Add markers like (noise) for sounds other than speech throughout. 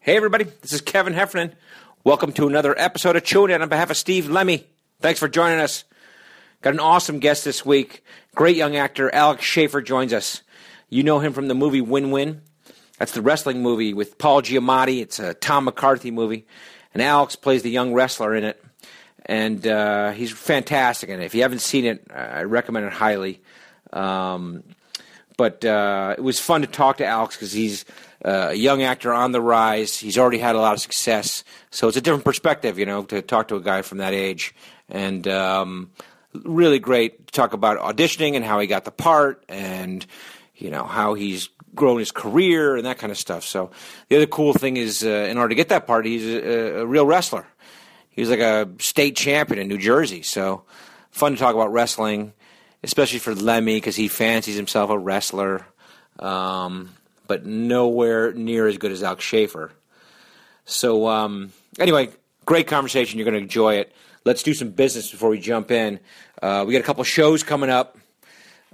Hey, everybody, this is Kevin Heffernan. Welcome to another episode of Tune In on behalf of Steve Lemmy. Thanks for joining us. Got an awesome guest this week. Great young actor Alex Schaefer joins us. You know him from the movie Win Win. That's the wrestling movie with Paul Giamatti. It's a Tom McCarthy movie, and Alex plays the young wrestler in it. And uh, he's fantastic in it. If you haven't seen it, I recommend it highly. Um, but uh, it was fun to talk to Alex because he's uh, a young actor on the rise. He's already had a lot of success, so it's a different perspective, you know, to talk to a guy from that age. And um, really great to talk about auditioning and how he got the part, and you know how he's grown his career and that kind of stuff. So the other cool thing is, uh, in order to get that part, he's a, a real wrestler. He was like a state champion in New Jersey, so fun to talk about wrestling especially for Lemmy because he fancies himself a wrestler, um, but nowhere near as good as Al Schaefer. So um, anyway, great conversation. You're going to enjoy it. Let's do some business before we jump in. Uh, we got a couple shows coming up.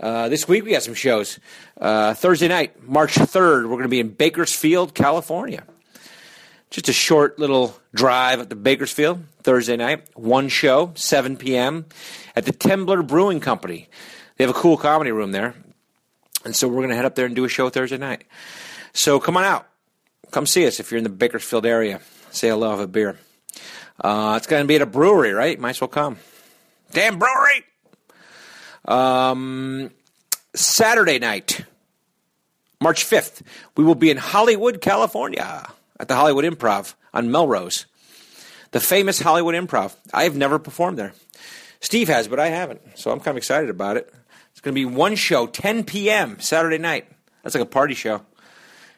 Uh, this week we got some shows. Uh, Thursday night, March 3rd, we're going to be in Bakersfield, California. Just a short little drive up to Bakersfield Thursday night. One show, 7 p.m. at the Tembler Brewing Company. They have a cool comedy room there. And so we're going to head up there and do a show Thursday night. So come on out. Come see us if you're in the Bakersfield area. Say hello, have a beer. Uh, it's going to be at a brewery, right? Might as well come. Damn brewery! Um, Saturday night, March 5th, we will be in Hollywood, California at the Hollywood Improv on Melrose. The famous Hollywood Improv. I have never performed there. Steve has, but I haven't. So I'm kind of excited about it. It's going to be one show, 10 p.m. Saturday night. That's like a party show.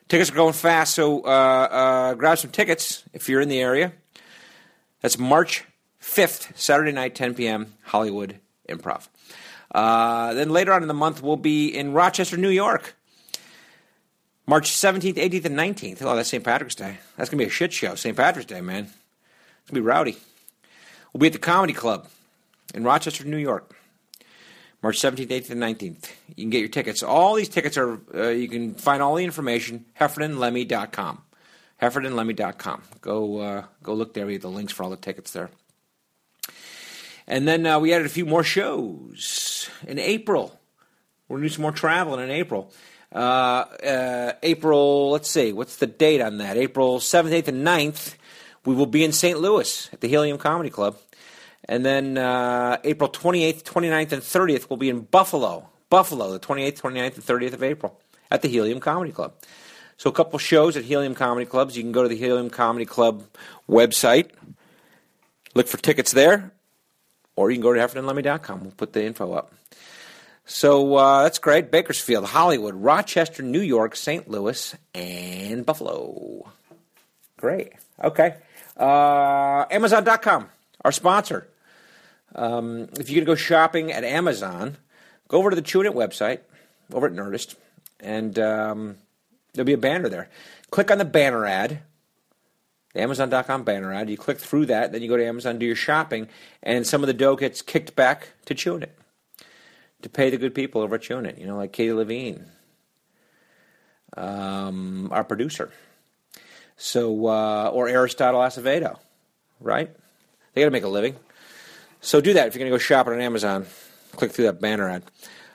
Tickets are going fast, so uh, uh, grab some tickets if you're in the area. That's March 5th, Saturday night, 10 p.m., Hollywood Improv. Uh, then later on in the month, we'll be in Rochester, New York. March 17th, 18th, and 19th. Oh, that's St. Patrick's Day. That's going to be a shit show. St. Patrick's Day, man. It's going to be rowdy. We'll be at the Comedy Club in Rochester, New York. March 17th, 18th, and 19th. You can get your tickets. All these tickets are, uh, you can find all the information, heffernanlemmy.com. Heffernanlemmy.com. Go, uh, go look there. We have the links for all the tickets there. And then uh, we added a few more shows in April. We're going to do some more traveling in April. Uh, uh, April, let's see, what's the date on that? April 7th, 8th, and 9th, we will be in St. Louis at the Helium Comedy Club. And then uh, April 28th, 29th, and 30th, we'll be in Buffalo. Buffalo, the 28th, 29th, and 30th of April at the Helium Comedy Club. So a couple shows at Helium Comedy Clubs. You can go to the Helium Comedy Club website, look for tickets there, or you can go to heffernanlemmy.com. E We'll put the info up. So uh, that's great. Bakersfield, Hollywood, Rochester, New York, St. Louis, and Buffalo. Great. Okay. Uh, Amazon.com, our sponsor. Um, if you're going to go shopping at Amazon, go over to the Tune It website, over at Nerdist, and um, there'll be a banner there. Click on the banner ad, the Amazon.com banner ad. You click through that, then you go to Amazon, do your shopping, and some of the dough gets kicked back to Tune It to pay the good people over at TuneIn, you know, like Katie Levine, um, our producer, so uh, or Aristotle Acevedo, right? They got to make a living. So do that if you're going to go shopping on Amazon. Click through that banner ad.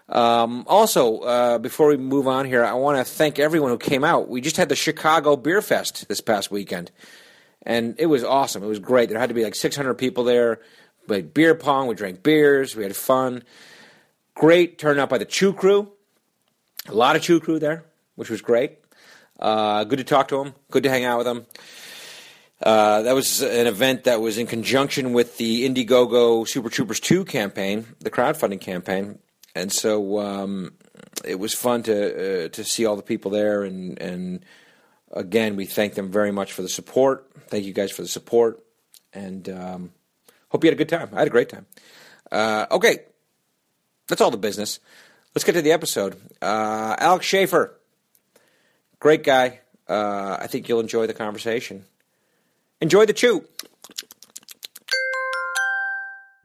Um, also, uh, before we move on here, I want to thank everyone who came out. We just had the Chicago Beer Fest this past weekend, and it was awesome. It was great. There had to be like 600 people there. We had beer pong. We drank beers. We had fun great turnout by the Chew Crew. A lot of Chew Crew there, which was great. Uh, good to talk to them. Good to hang out with them. Uh, that was an event that was in conjunction with the Indiegogo Super Troopers 2 campaign, the crowdfunding campaign. And so um, it was fun to uh, to see all the people there. And, and again, we thank them very much for the support. Thank you guys for the support. And um, hope you had a good time. I had a great time. Uh, okay, that's all the business. Let's get to the episode. Uh, Alex Schaefer, great guy. Uh, I think you'll enjoy the conversation. Enjoy the chew.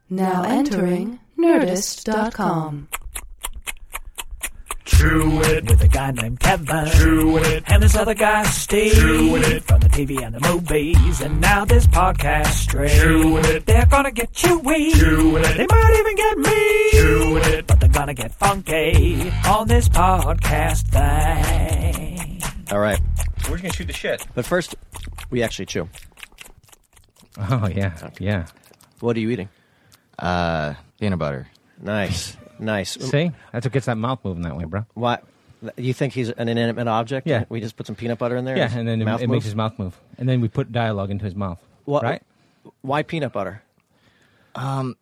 Now entering Nerdist.com. True it with a guy named Kevin. True it and this other guy Steve. True it from the TV and the movies, and now this podcast straight. Chewing it. They're gonna get chewy. Chewing They it. might even get me. Chewing it. But they're gonna get funky on this podcast thing. All right. We're just gonna shoot the shit. But first, we actually chew. Oh yeah, yeah. What are you eating? Uh, Peanut butter. Nice. Nice. See, that's what gets that mouth moving that way, bro. Why? You think he's an inanimate object? Yeah. We just put some peanut butter in there. Yeah, his and then it, mouth it makes moves? his mouth move, and then we put dialogue into his mouth. Wha- Right? Why peanut butter?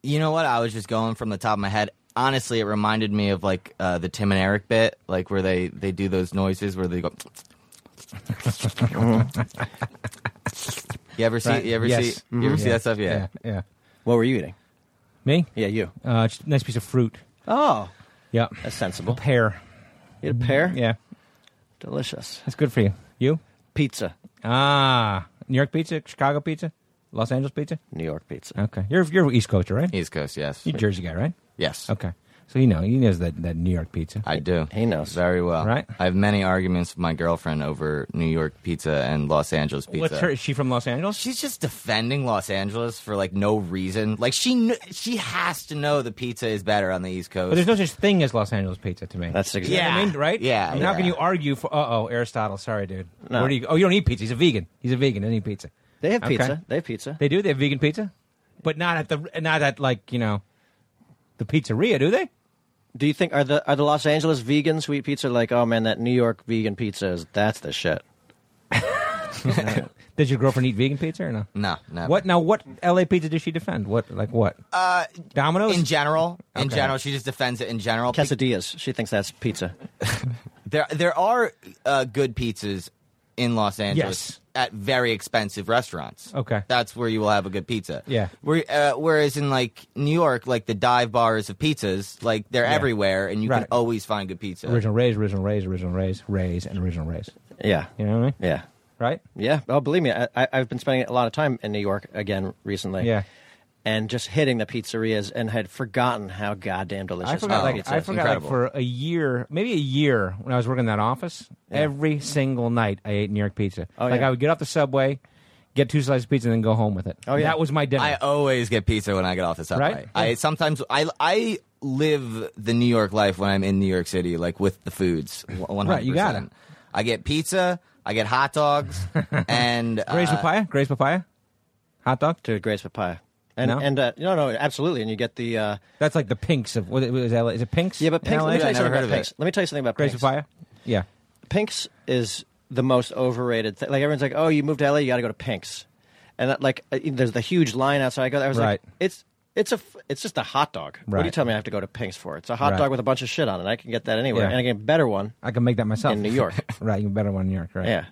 You know what? I was just going from the top of my head. Honestly, it reminded me of like uh, the Tim and Eric bit, like where they they do those noises where they go. you ever see? You ever Yes. Mm-hmm. see? You ever see that stuff? Yeah. yeah. yeah. What were you eating? Me? Yeah, you. Uh, just a nice piece of fruit. Oh, Yeah. that's A sensible. pear. You had a pear? Yeah, Delicious. that's good for you. You? Pizza. Ah, New York pizza, Chicago pizza, Los Angeles pizza. New York pizza. Okay, you're you're East Coaster, right? East Coast, yes. You Jersey guy, right? Yes. Okay, so you know he knows that that New York pizza. I do. He knows. very well. Right? I have many arguments with my girlfriend over New York pizza and Los Angeles pizza. What's her? Is she from Los Angeles? She's just defending Los Angeles for like no reason. Like she kn- she has to know the pizza is better on the East Coast. But there's no such thing as Los Angeles pizza to me. That's exactly. You know what I Yeah. mean, right? Yeah, I mean, How can yeah. you argue for? Uh oh, Aristotle. Sorry, dude. No. Where do you? Oh, you don't eat pizza. He's a vegan. He's a vegan. Doesn't eat pizza. They have Okay. pizza. They have pizza. They do. They have vegan pizza, but not at the not at like you know, the pizzeria. Do they? do you think are the are the Los Angeles vegan sweet pizza like? Oh man, that New York vegan pizza is that's the shit. Does your girlfriend eat vegan pizza or no? No, Mm, never. What now? What LA pizza does she defend? What like what? Uh, Domino's. in general, in Okay. general, she just defends it in general. Quesadillas. She thinks that's pizza. There, there are uh, good pizzas in Los Angeles Yes. at very expensive restaurants. Okay. that's where you will have a good pizza. Yeah. Where, uh, whereas in like New York, like the dive bars of pizzas, like they're everywhere, and you Right. can always find good pizza. original raise, original raise, original raise, raise, and original raise. Yeah. You know what I mean? Yeah. Right? Yeah. Oh, believe me, I, I, I've been spending a lot of time in New York again recently. Yeah. And just hitting the pizzerias and had forgotten how goddamn delicious I forgot, Oh, like, pizza I is. forgot like, incredible. for a year, maybe a year, when I was working in that office, every single night I ate New York pizza. Oh, like yeah. I would get off the subway, get two slices of pizza, and then go home with it. Oh, yeah. That was my dinner. I always get pizza when I get off the subway. Right? I sometimes I I live the New York life when I'm in New York City, like with the foods. One hundred you got it. I get pizza. I get (laughs) hot dogs and Grace uh, papaya, Grace papaya, hot dog. Dude, Grace Papaya. And No? and uh, no, no, absolutely. And you get the uh, That's like the pinks of what is, LA, is it pinks? yeah, but in Pink's. LA? Let me tell I you never something heard about of it. Pink's. Let me tell you something about Grace Pink's. papaya. Yeah, Pink's is the most overrated thing. Like everyone's like, oh, you moved to LA, you got to go to Pink's, and that, like uh, there's the huge line outside. I go, there, I was Right. like, it's it's a f- it's just a hot dog. What do you Right. tell me I have to go to Pink's for? It's a hot Right. dog with a bunch of shit on it. I can get that anywhere, Yeah. and I can get a better one I can make that myself in New York. (laughs) right, you can better one in New York. Right. yeah,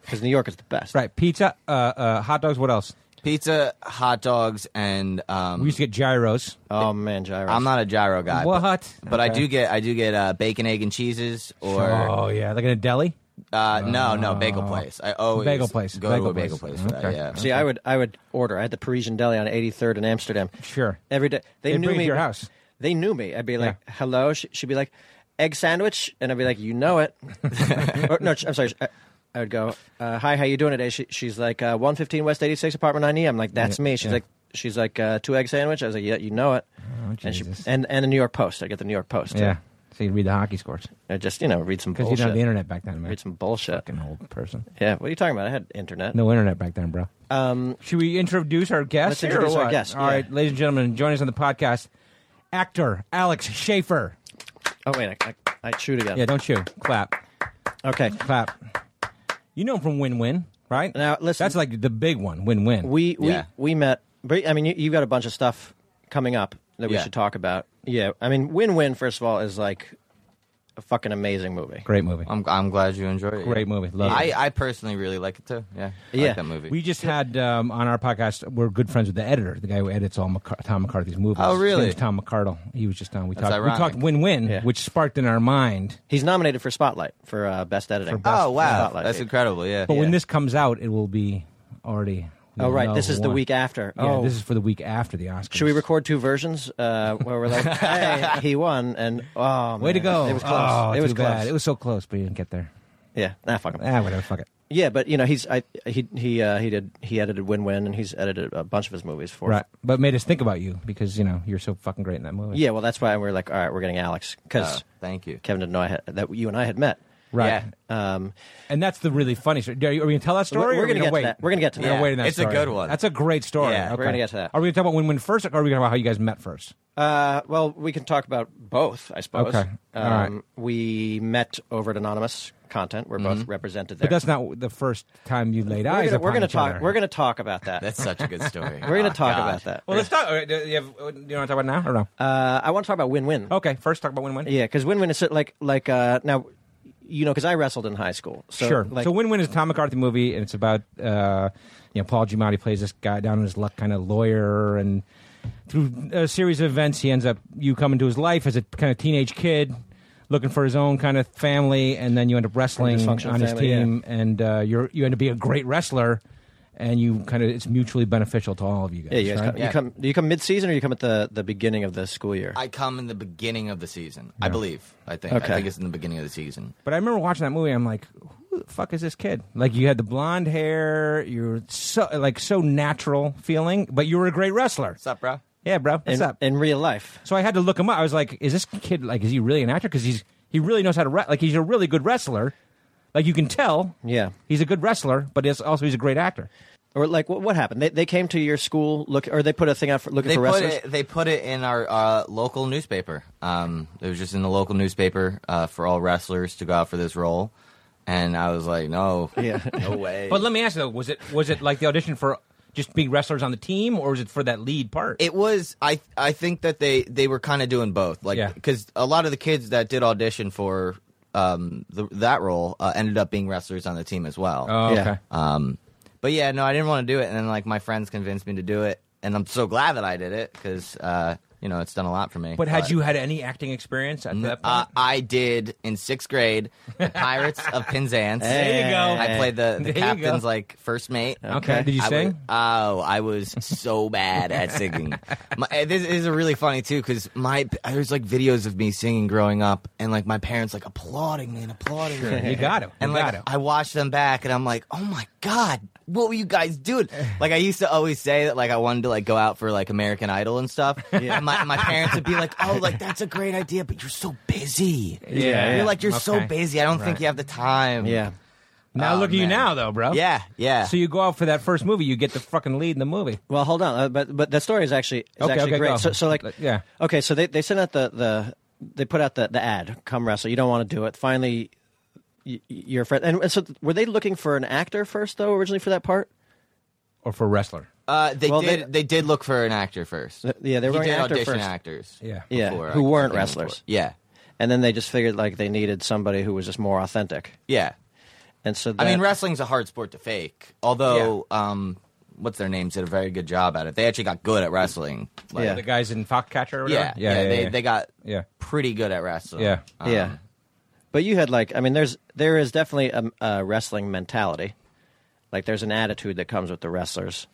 because New York is the best. Right. Pizza, uh, uh, hot dogs. What else? pizza, hot dogs, and We um, used to get gyros. Oh man, gyros. I'm not a gyro guy. What? Oh, But, but I Okay. do get I do get uh, bacon, egg, and cheeses or Oh yeah, like in a deli. uh, no no bagel place. I always Bagel place, go bagel to a bagel place. place. For that, Okay. yeah. See, I would I would order. I had the Parisian deli on 83rd in Amsterdam. Sure. Every day they They'd knew bring it me. to your house. They knew me. I'd be like, Yeah. "Hello," She- she'd be like, "Egg sandwich," and I'd be like, "You know (laughs) it." or, no, I'm sorry. I, I would go, uh, "Hi, how you doing today?" She, she's like, uh, "115 West 86 apartment 9E." I'm like, "That's Yeah, me." She's yeah. like, "She's like uh, two egg sandwich." I was like, "Yeah, you know it." and she Oh, Jesus. and and the New York Post. I get the New York Post. Yeah. So you read the hockey scores I just you know read some because you bullshit. didn't have the internet back then, man. read some bullshit. Fucking old person. Yeah, what are you talking about? I had internet. No internet back then, bro. Um, Should we introduce our guest? Let's here or introduce our what? guest, All right, yeah. ladies and gentlemen, join us on the podcast. Actor Alex Schaefer. Oh wait, I, I, I chewed again. Yeah, don't you clap, Okay. clap. You know him from Win Win, right? Now, listen- that's like the big one. Win Win. We we Yeah. we met. but, I mean, you, you've got a bunch of stuff coming up that we Yeah. should talk about. Yeah, I mean, Win Win. First of all, is like a fucking amazing movie. great movie. I'm I'm glad you enjoyed it. Great movie. Love I it. I personally really like it too. Yeah. I Yeah. Like that movie. We just had um, on our podcast. We're good friends with the editor, the guy who edits all Mac- Tom McCarthy's movies. Oh, His really? name is Tom McCardle. He was just on. We That's talked. ironic. We talked win-win, Yeah. which sparked in our mind. He's nominated for Spotlight for uh, best editing. oh wow, Spotlight. that's incredible. Yeah. But when Yeah. this comes out, it will be already. we Oh will right, know this who is the won. week after. Yeah, oh, this is for the week after the Oscars. should we record two versions uh, where we're (laughs) like, hey, he won, and oh, Way to man, go! It was close. Oh, it was too close. bad. It was so close, but you didn't get there. yeah. Nah, fuck him. Ah, whatever. Fuck it. Yeah, but you know he's I he he uh, he did he edited Win Win and he's edited a bunch of his movies for us. Right. But made us think about you because, you know, you're so fucking great in that movie. Yeah, well that's why we're like all right, we're getting Alex Oh, because thank you. Kevin didn't know I had, that you and I had met. Uh. Right. Yeah. Um, And that's the really funny story. Are, you, are we going to tell that story? We're- or we're are we gonna get to wait? that. We're gonna get to We're gonna that. wait in that It's a story. good one. That's a great story. Yeah, we're Okay. gonna get to that. Are we going to talk about win-win first, or are we going to talk about how you guys met first? Uh, well, we can talk about both, I suppose. Okay. All Um, right. We met over at Anonymous Content. We're both represented there. Mm-hmm. But that's not the first time you laid we're eyes gonna, upon we're gonna each talk. other. We're going to talk about that. That's such a good story. (laughs) we're going Oh, to talk God. about that. Well, let's talk. all right, Do you, have, do you want to talk about it now or no? Uh, I want to talk about win-win. okay, first talk about win-win. Yeah, because win-win is so- like like uh, now, you know, because I wrestled in high school. So, sure. Like, so Win Win is a Tom McCarthy movie, and it's about uh, you know Paul Giamatti plays this guy down in his luck kind of lawyer, and through a series of events, he ends up you come into his life as a kind of teenage kid looking for his own kind of family, and then you end up wrestling on dysfunctional his family, team, and uh, you're you end up being a great wrestler, and you kind of it's mutually beneficial to all of you guys. yeah, you, guys right? come, you come. Do you come mid-season or you come at the the beginning of the school year? I come in the beginning of the season. I believe. I think. I Okay. think it's in the beginning of the season. But I remember watching that movie. I'm like, who the fuck is this kid? Like, you had the blonde hair. You're so like so natural feeling, but you were a great wrestler. What's up, bro? Yeah, bro. What's in, up? in real life. so I had to look him up. I was like, is this kid like is he really an actor? Because he's he really knows how to re- like he's a really good wrestler. Like you can tell. Yeah. He's a good wrestler, but it's also he's a great actor. Or like, what, what happened? They, they came to your school look, or they put a thing out for looking They for put wrestlers. it. They put it in our uh, local newspaper. Um, it was just in the local newspaper uh, for all wrestlers to go out for this role, and I was like, no, Yeah. (laughs) no way. But let me ask you though, was it was it like the audition for just being wrestlers on the team, or was it for that lead part? It was I I think that they they were kind of doing both, like Yeah. because a lot of the kids that did audition for um the, that role uh, ended up being wrestlers on the team as well. oh, okay. Yeah. Um, but yeah, no, I didn't want to do it, and then like my friends convinced me to do it, and I'm so glad that I did it because uh you know it's done a lot for me. But had you had any acting experience at that Uh, point? I did in sixth grade, the Pirates (laughs) of Penzance. There you go. I played There the, you the go. captain's like first mate. okay. okay. Did you I sing? was- oh, I was so bad (laughs) at singing. My, eh, this is really funny too because my there's like videos of me singing growing up, and like my parents like applauding me and applauding me. You got him. You And got like oh, him. I watched them back, and I'm like, oh my god, what were you (laughs) guys doing? Like I used to always say that like I wanted to like go out for like American Idol (laughs) and stuff. And my, my parents would be like, oh, like that's a great idea, but you're so busy. Yeah, you're like you're so Okay. busy. I don't think you have the time. yeah. Now Oh, look at you man. now, though, bro. yeah, yeah. So you go out for that first movie, you get the fucking lead in the movie. Well, hold on, uh, but but that story is actually is Okay, actually okay, go. great. So, so like, Yeah. okay, so they, they sent out the, the they put out the, the ad, come wrestle. You don't want to do it. Finally, y- y- your friend and so were they looking for an actor first though originally for that part? Or for wrestler. Uh, they Well, they- did. They, did look for an actor first. yeah, they were He going did actor audition first. actors. Yeah. Yeah, before, who I weren't think, wrestlers. before. Yeah, And then they just figured like they needed somebody who was just more authentic. yeah. And so that, I mean, wrestling's a hard sport to fake. Although, um, what's their names did a very good job at it. They actually got good at wrestling. Like, Yeah. The guys in Foxcatcher or yeah, whatever? yeah, They they got Yeah. pretty good at wrestling. Yeah. yeah. Um, But you had like I mean, there's there is definitely a, a wrestling mentality. Like there's an attitude that comes with the wrestlers,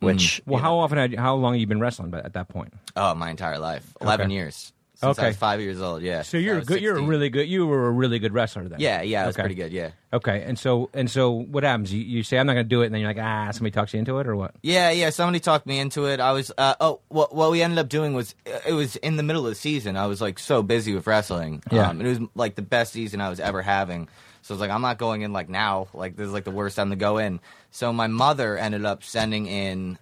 which Mm. Well, you how know, often, had, how long have you been wrestling But at that point? Oh, my entire life, eleven Okay. years since Okay. I was five years old. Yeah. So I you're was good, you're a 16. really good, you were a really good wrestler then. Uh, Yeah, yeah. I was Okay. pretty good. Yeah. Okay. And so, and so what happens? You, you say, I'm not going to do it. And then you're like, ah, somebody talks you into it or what? Yeah, yeah. Somebody talked me into it. I was. Uh, oh, what, what we ended up doing was uh, it was in the middle of the season. I was like so busy with wrestling. Yeah. um, and it was like the best season I was ever having. So I was like, I'm not going in like now. Like this is like the worst time to go in. So my mother ended up sending in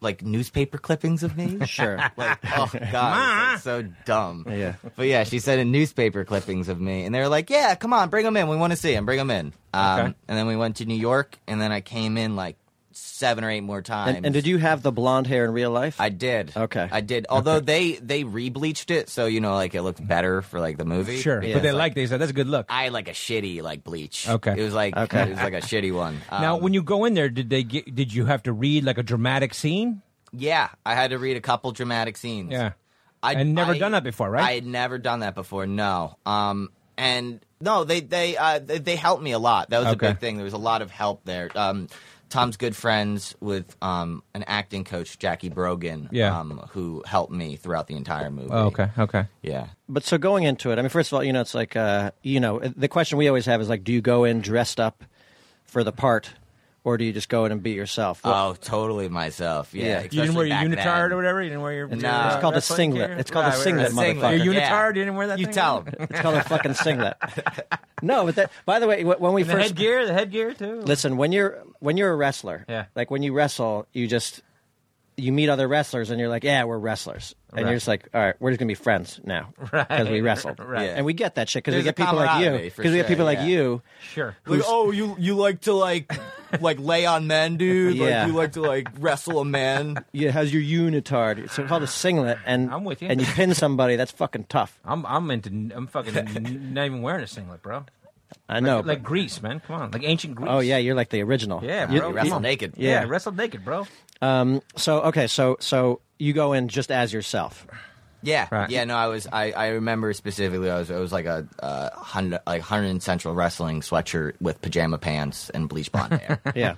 like newspaper clippings of me. sure. (laughs) Like, (laughs) oh god, it's, like, so dumb. Yeah. but yeah, she sent in newspaper clippings of me, and they were like, "Yeah, come on, bring them in. We want to see them. Bring them in." Um, Okay. And then we went to New York, and then I came in like seven or eight more times. And, and did you have the blonde hair in real life? I did. Okay. I did. Although they they rebleached it, so you know, like it looked better for like the movie. Sure. Because, But they like, they said, that's a good look. I had, like a shitty like bleach. Okay. It was like Okay. it was like a shitty one. now, Um, when you go in there, did they get, did you have to read like a dramatic scene? yeah, I had to read a couple dramatic scenes. Yeah. I And never I- done that before, right? I had never done that before. No. Um. And no, they they uh, they, they helped me a lot. That was Okay. a big thing. There was a lot of help there. Um, Tom's good friends with um an acting coach, Jackie Brogan. Yeah. Um, who helped me throughout the entire movie. Oh, okay. Okay. Yeah. But so going into it, I mean, first of all, you know, it's like, uh, you know, the question we always have is like, do you go in dressed up for the part, or do you just go in and beat yourself? Well, oh, totally myself. Yeah, Yeah. You didn't wear especially your back then. unitard or whatever. You didn't wear your. Nah. It's called a Uh, wrestling singlet. gear? It's called a Right, right, singlet, right. motherfucker. Your Yeah. unitard. You didn't wear that. You thing? tell him. It's called a fucking (laughs) singlet. No, but that. By the way, wh- when we And The first headgear. The headgear too. listen, when you're when you're a wrestler, Yeah. like when you wrestle, you just you meet other wrestlers and you're like, yeah, we're wrestlers, and Right. you're just like, all right, we're just gonna be friends now because we (laughs) Right, wrestled, right. And we get that shit because we There's get a people like you camaraderie, because for we get sure, people yeah. like you. Sure. Like, oh, you you like to (laughs) like like lay on men, dude. Yeah. Like you like to like wrestle a man. Yeah, how's your unitard? It's called a singlet, and I'm with you. And you pin somebody, that's fucking tough. I'm I'm into I'm fucking n- not even wearing a singlet, bro. I know. Like Greece, man. Come on, like ancient Greece. oh yeah, you're like the original. yeah, You- bro. you wrestle Come on. naked. Yeah, Yeah. wrestle naked, bro. So okay, so so you go in just as yourself. Yeah, Right. yeah. No, I was. I, I remember specifically. I was. It was like a uh, Honda, like Hunter and Central Wrestling sweatshirt with pajama pants and bleach blonde (laughs) hair. (laughs) Yeah.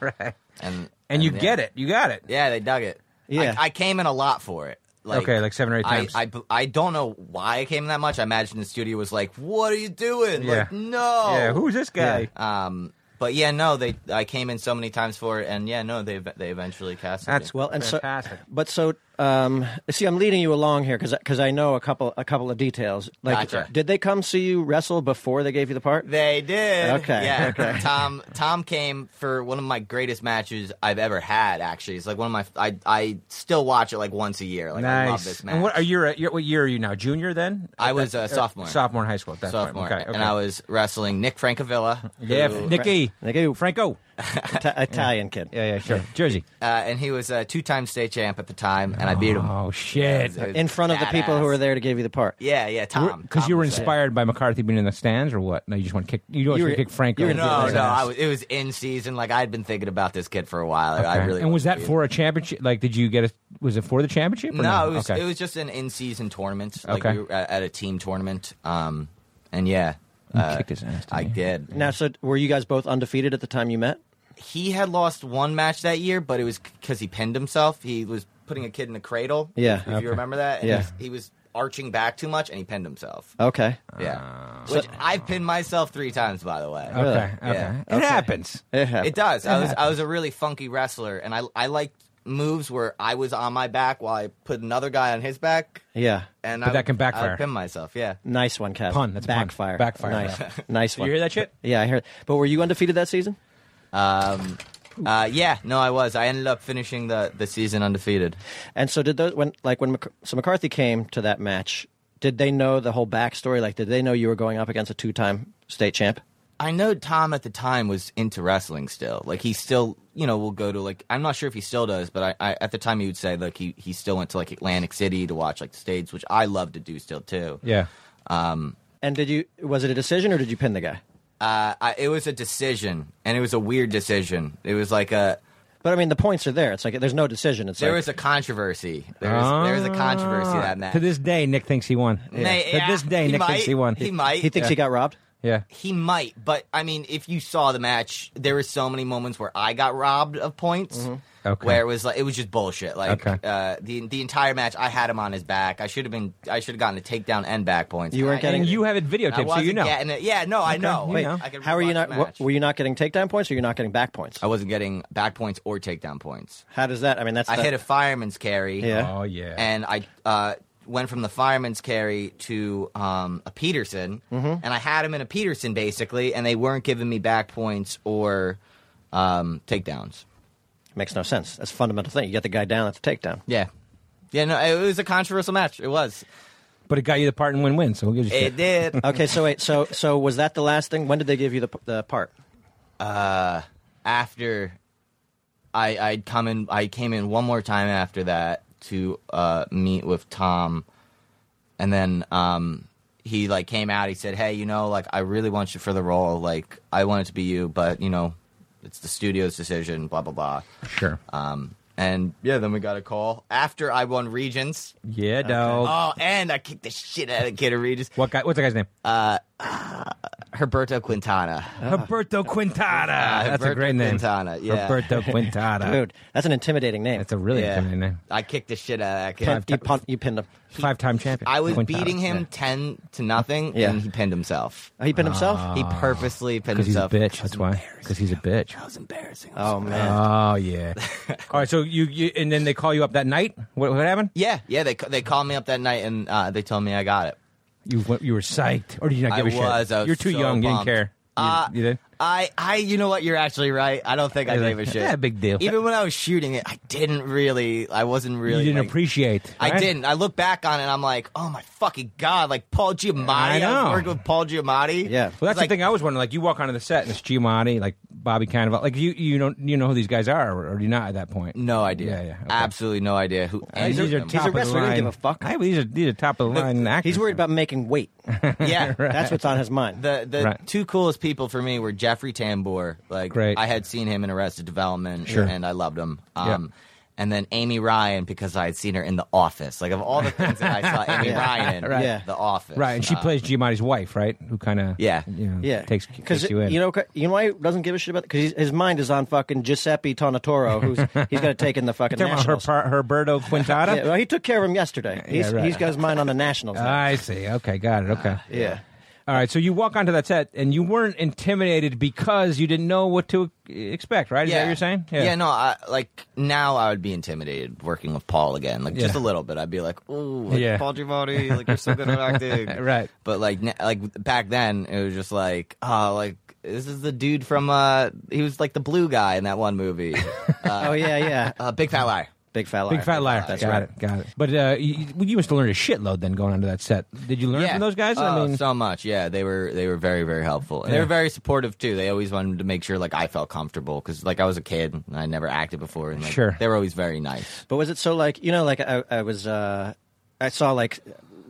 and And you yeah. get it. You got it. Yeah, they dug it. Yeah. I, I came in a lot for it. Like, Okay, like seven or eight I- times. I, b- I don't know why I came in that much. I imagine the studio was like, "What are you doing? Like, Yeah. no." Yeah, who's this guy? Um, but yeah, no, they. I came in so many times for it, and yeah, no, they ev- they eventually casted. That's me. Well, and Fantastic. so, but so, um, see, I'm leading you along here because I know a couple a couple of details. Like, Gotcha. did they come see you wrestle before they gave you the part? They did. Okay, Yeah. okay. (laughs) Tom Tom came for one of my greatest matches I've ever had. Actually, it's like one of my. I I still watch it like once a year. Like I love this match. And what are you? At, what year are you now? Junior then? Uh, I was a sophomore. Sophomore in high school at that Sophomore, point. Okay, okay. and I was wrestling Nick Francavilla. yeah, who- Nicky, Nicky. (laughs) Franco. Ita- Italian kid. Yeah, yeah, sure. Jersey. uh, and he was a two-time state champ at the time, and I beat him. Oh It shit! was- it was In front of the people who badass. were there to give you the part. Yeah, yeah, Tom. Because Tom you were was there. inspired by McCarthy being in the stands, or what? No, you just want to kick. You don't You want to were- kick Franco. you were- in the No, ass. Oh, no, I was, it was in season. Like I had been thinking about this kid for a while. I Okay. really and was that wanted to be- for a championship? Like, did you get a? Was it for the championship? Or No, no, it was okay. it was just an in-season tournament. Like Okay. we were at, at a team tournament. Um, and yeah, You uh, kicked his ass. didn't I you? did. Now, so were you guys both undefeated at the time you met? he had lost one match that year, but it was because he pinned himself. He was putting a kid in a cradle. Yeah, if okay. you remember that. And Yeah. Uh, he was- he was arching back too much, and he pinned himself. Okay. Yeah, which I've pinned myself three times, by the way. Okay, okay. Really? Yeah. It happens. It happened. It does. I was I was a really funky wrestler, and I I liked moves where I was on my back while I put another guy on his back, Yeah. and But I that would- can I backfire. would pin myself. Yeah. Nice one, Kevin. Pun, that's a pun. backfire. Backfire, (laughs) Nice. bro. nice Did one. you hear that shit? Yeah, I heard. But were you undefeated that season? Um. Uh. Yeah. No, I was. I ended up finishing the the season undefeated. And so did those when like when Mc, so McCarthy came to that match, did they know the whole backstory? Like, did they know you were going up against a two-time state champ? I know Tom at the time was into wrestling still. Like he still, you know, will go to like I'm not sure if he still does, but I, I at the time he would say like he he still went to like Atlantic City to watch like the states, which I love to do still too. Yeah. And did you was it a decision or did you pin the guy? Uh, I, it was a decision, and it was a weird decision. It was like a But I mean, the points are there. It's like there's no decision. It's there like, was a controversy. There was, there was a controversy Ah. that match. To this day, Nick thinks he won. May- To this day, he Nick might, thinks he won. He might. he thinks he got robbed. Yeah. He might, but I mean, if you saw the match, there were so many moments where I got robbed of points. Mm-hmm. Okay. Where it was like it was just bullshit. Like Okay. uh, the the entire match, I had him on his back. I should have been. I should have gotten a takedown and back points. You weren't I- getting- And you have it I videotaped, so wasn't you know. getting it. Yeah, no, I know. you I- know. I could How are you rewatch not? the What, match. were you not getting takedown points, or you're not getting back points? I wasn't getting back points or takedown points. How does that? I mean, that's I the- hit a fireman's carry. Yeah. Oh yeah. and I uh, went from the fireman's carry to um, a Peterson, Mm-hmm. and I had him in a Peterson basically, and they weren't giving me back points or um, takedowns. makes no sense. That's a fundamental thing. You get the guy down at the takedown. Yeah, yeah, no, it was a controversial match. It was. but it got you the part and win win. So who gives a (laughs) shit? It did. Okay, so wait, so so was that the last thing? When did they give you the the part? after I I'd come in I came in one more time after that to uh meet with Tom and then um he like came out he said, "Hey, you know, like I really want you for the role. Like I want it to be you, but you know, it's the studio's decision, blah blah blah." Sure. Um and yeah, then we got a call after I won Regents. yeah, dog. Oh, and I kicked the shit out of Kid of Regents. What guy? What's the guy's name? Uh, Herberto Quintana. Oh, Humberto Quintana. That's a uh, Humberto great name. Quintana, yeah. Humberto (laughs) Quintana. Dude, that's an intimidating name. Uh, That's a really Yeah. intimidating name. I kicked the shit out of that Pun- kid. you, pun- you pinned him. Five time champion. I was Quintana. beating him ten to nothing, Yeah. and he pinned himself. Oh, he pinned himself. Ah. He purposely pinned because he's a himself. bitch. That's why. Because he's a bitch. That was embarrassing. oh man. Oh (laughs) yeah. All right. So you, you and then they call you up that night. What, what happened? Yeah, yeah. They ca- they called me up that night and uh, they told me I got it. You went, you were psyched, or did you not I give a shit? was, I was You're too so young. bummed. You didn't care. You, Uh, you did. I, I, you know what? You're actually right. I don't think I You're gave like, a shit. "Yeah, big deal." Even when I was shooting it, I didn't really. I wasn't really. you didn't like- appreciate. I right? didn't. I look back on it, and I'm like, oh my fucking god! Like Paul Giamatti. I know. worked with Paul Giamatti. Yeah. Well, that's Like- the thing I was wondering. Like, you walk onto the set and it's Giamatti, like Bobby Cannavale. Like, you you don't you know who these guys are, or, or do you not at that point? No idea. Yeah, yeah. okay. Uh, Absolutely no idea who. These any of are them top a of the wrestler, he Line. don't give a fuck. I, these are these are top of the line actors. He's worried about making weight. are. (laughs) Yeah, That's what's on his mind. The the Right. two coolest people for me were Jeffrey Tambor. Like Great. I had seen him in Arrested Development, Sure. and I loved him. Yeah. Um, And then Amy Ryan because I had seen her in The Office. Like of all the things that I saw Amy Ryan in, Right. (laughs) Yeah. The Office. right, and she Uh, plays Giamatti's wife, right? Who kind of Yeah. you know, yeah, takes, takes you in. know, c- you know why he doesn't give a shit about because his mind is on fucking Giuseppe Tonatoro, who's he's got to take in the fucking (laughs) Talking about her, nationals. par- Herberto Quintana. yeah, well, he took care of him yesterday. He's, right. he's got his mind on the nationals. (laughs) now. I see. Okay, got it. Okay. yeah. All right, so you walk onto that set and you weren't intimidated because you didn't know what to expect, right? Is that what you're saying? Yeah. no, I, like now I would be intimidated working with Paul again, like just Yeah. a little bit. I'd be like, "Ooh, like Yeah. Paul Giamatti, like you're so good at acting." (laughs) Right. But like, n- like back then, it was just like, oh, like this is the dude from uh, he was like the blue guy in that one (laughs) movie, uh, Oh yeah, yeah. uh, Big Fat Lie. Big fat liar. Big fat liar. That's got right. it. Got it. But uh, you, you- you must have learned a shitload then going onto that set. Did you learn from those guys? Oh, I mean, so much. Yeah, they were they were very very helpful. And They Yeah. were very supportive too. They always wanted to make sure like I felt comfortable because like I was a kid and I never acted before. And like, Sure. they were always very nice. But was it so like you know like I, I was uh, I saw like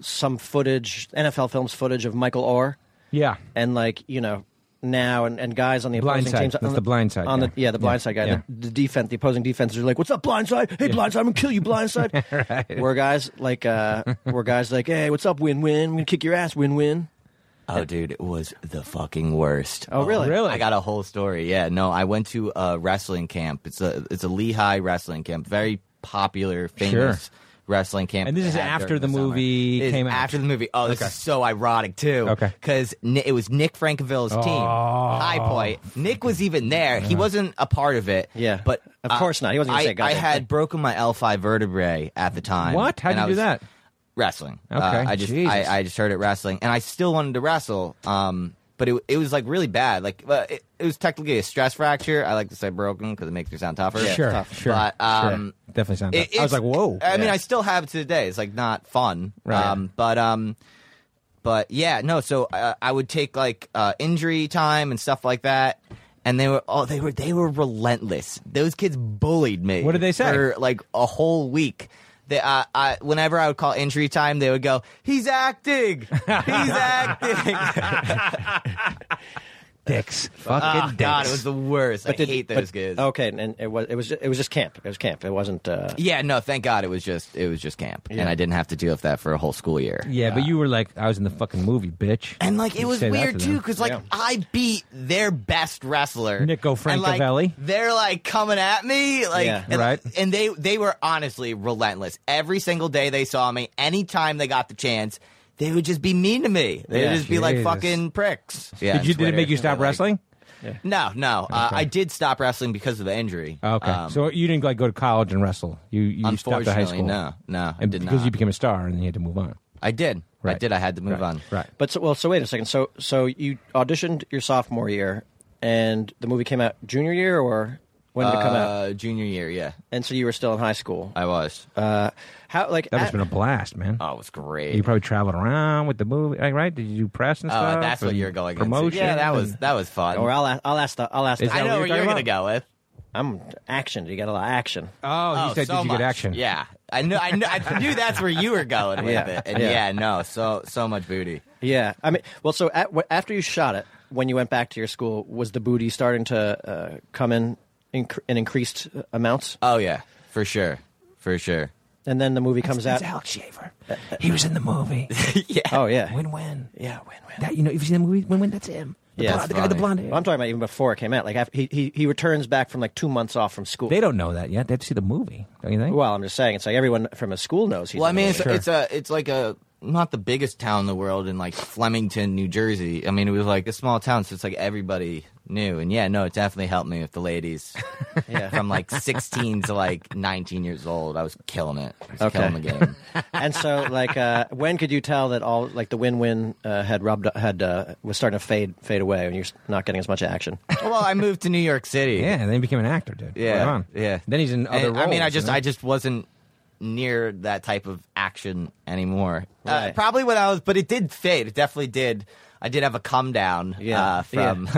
some footage NFL films footage of Michael Orr yeah. and like you know now and, and guys on the Blind opposing side. teams That's on the blind side on guy. the yeah the Yeah. blind side guy Yeah. the, the defense the opposing defenses are like what's up blind side hey blind side I'm gonna kill you blind side (laughs) we're guys like uh we're guys like hey what's up win win we gonna kick your ass win win Oh, dude, it was the fucking worst. oh really Really? I got a whole story. Yeah, no, I went to a wrestling camp. It's a it's a Lehigh wrestling camp, very popular, famous Sure. wrestling camp. And this they is have after during the summer. movie It is came out. After the movie. Oh, this is so ironic too. Okay. Oh. because it was Nick Frankville's team, High Point. Nick was even there. He wasn't a part of it. Yeah. but Of uh, course not. He wasn't gonna I, say a I goddamn had thing. broken my L five vertebrae at the time. What? How'd and you I do was- that? wrestling. Okay, Uh, I just Jesus. I, I just started wrestling, and I still wanted to wrestle. Um, but it it was like really bad. Like uh, it, it was technically a stress fracture. I like to say broken because it makes me sound tougher. Sure, Tough. sure, But um, sure. Definitely sound. it- I was it's- like, whoa. I mean, I still have it to today. It's like not fun. Right. Um, but um, but yeah, no. So uh, I would take like uh, injury time and stuff like that. And they were oh they were they were relentless. Those kids bullied me. What did they say? For like a whole week. They, uh, I, whenever I would call injury time, they would go, "He's acting, he's (laughs) acting." dicks. Fucking (laughs) oh, dicks. God, it was the worst. I Did- hate Ah. but- those kids. oh. okay and it was it was it was just camp it was camp it wasn't uh, Yeah, no, thank God it was just it was just camp, Yeah. and I didn't have to deal with that for a whole school year. yeah, but you were like, I was in the fucking movie, bitch. And like it You'd was say that weird to too, them. because like Yeah. I beat their best wrestler, Nico And, like, Francovelli. they're like coming at me, like Yeah. and, Right. And they they were honestly relentless. Every single day they saw me, anytime they got the chance, they would just be mean to me. They Yeah. would just be like Jesus. fucking pricks. Did Yeah, you? on Did it Twitter. make you They stop were, like- wrestling? No, no. Uh, I did stop wrestling because of the injury. Okay, Um, so you didn't like go to college and wrestle. You you stopped at high unfortunately, school. no, no, I and did because not. you became a star, and then you had to move on. I did. I Right. did. I had to move on. Right. But so, well, so wait a second. So so you auditioned your sophomore year, and the movie came out junior year, or when did it come out? Uh, junior year, yeah, And so you were still in high school. I was. Uh, how like That must at- have been a blast, man. Oh, it was great. You probably traveled around with the movie, like, right? Did you do press and Oh, stuff? that's what and you're going into. promotion. Yeah, that was that was fun. or I'll a- I'll ask the I'll ask. Is The, I that know what where you're you're talking gonna go with. I'm action. You got a lot of action. Oh, you said so did you much. get action? Yeah, I knew, I knew, I (laughs) knew that's where you were going with Yeah. it. And Yeah. yeah. no, so so much booty. Yeah, I mean, well, so at, wh- after you shot it, when you went back to your school, was the booty starting to uh, come in in, in increased amounts? Oh yeah, for sure, for sure. and then the movie comes out. Alex Shaver. He was in (laughs) the movie. Oh yeah, Win Win. yeah, win win. That you know, if you see the movie Win Win, that's him. The, Yeah, blonde- it's the guy with the funny. blonde hair. Well, I'm talking about even before it came out. Like after, he, he he returns back from like two months off from school. they don't know that yet. They have to see the movie, don't you think? Well, I'm just saying, it's like everyone from a school knows he's. Well, I in the mean, movie. it's, it's a, it's like a not the biggest town in the world in like Flemington, New Jersey. I mean, it was like a small town, so it's like everybody knew. And yeah, no, it definitely helped me with (laughs) the ladies. Yeah. from like 16 to like 19 years old, I was killing it. I was Okay. killing the game. and so like uh, when could you tell that all like the win-win uh, had rubbed had uh, was starting to fade fade away and you're not getting as much action well, I moved to New York City. yeah, and then he became an actor, dude. Yeah, Right on. yeah. Then he's in other And, roles. I mean, I just, isn't I he? just wasn't near that type of action anymore. Uh, Right. probably when I was, but it did fade. It definitely did. I did have a come down Yeah. uh, from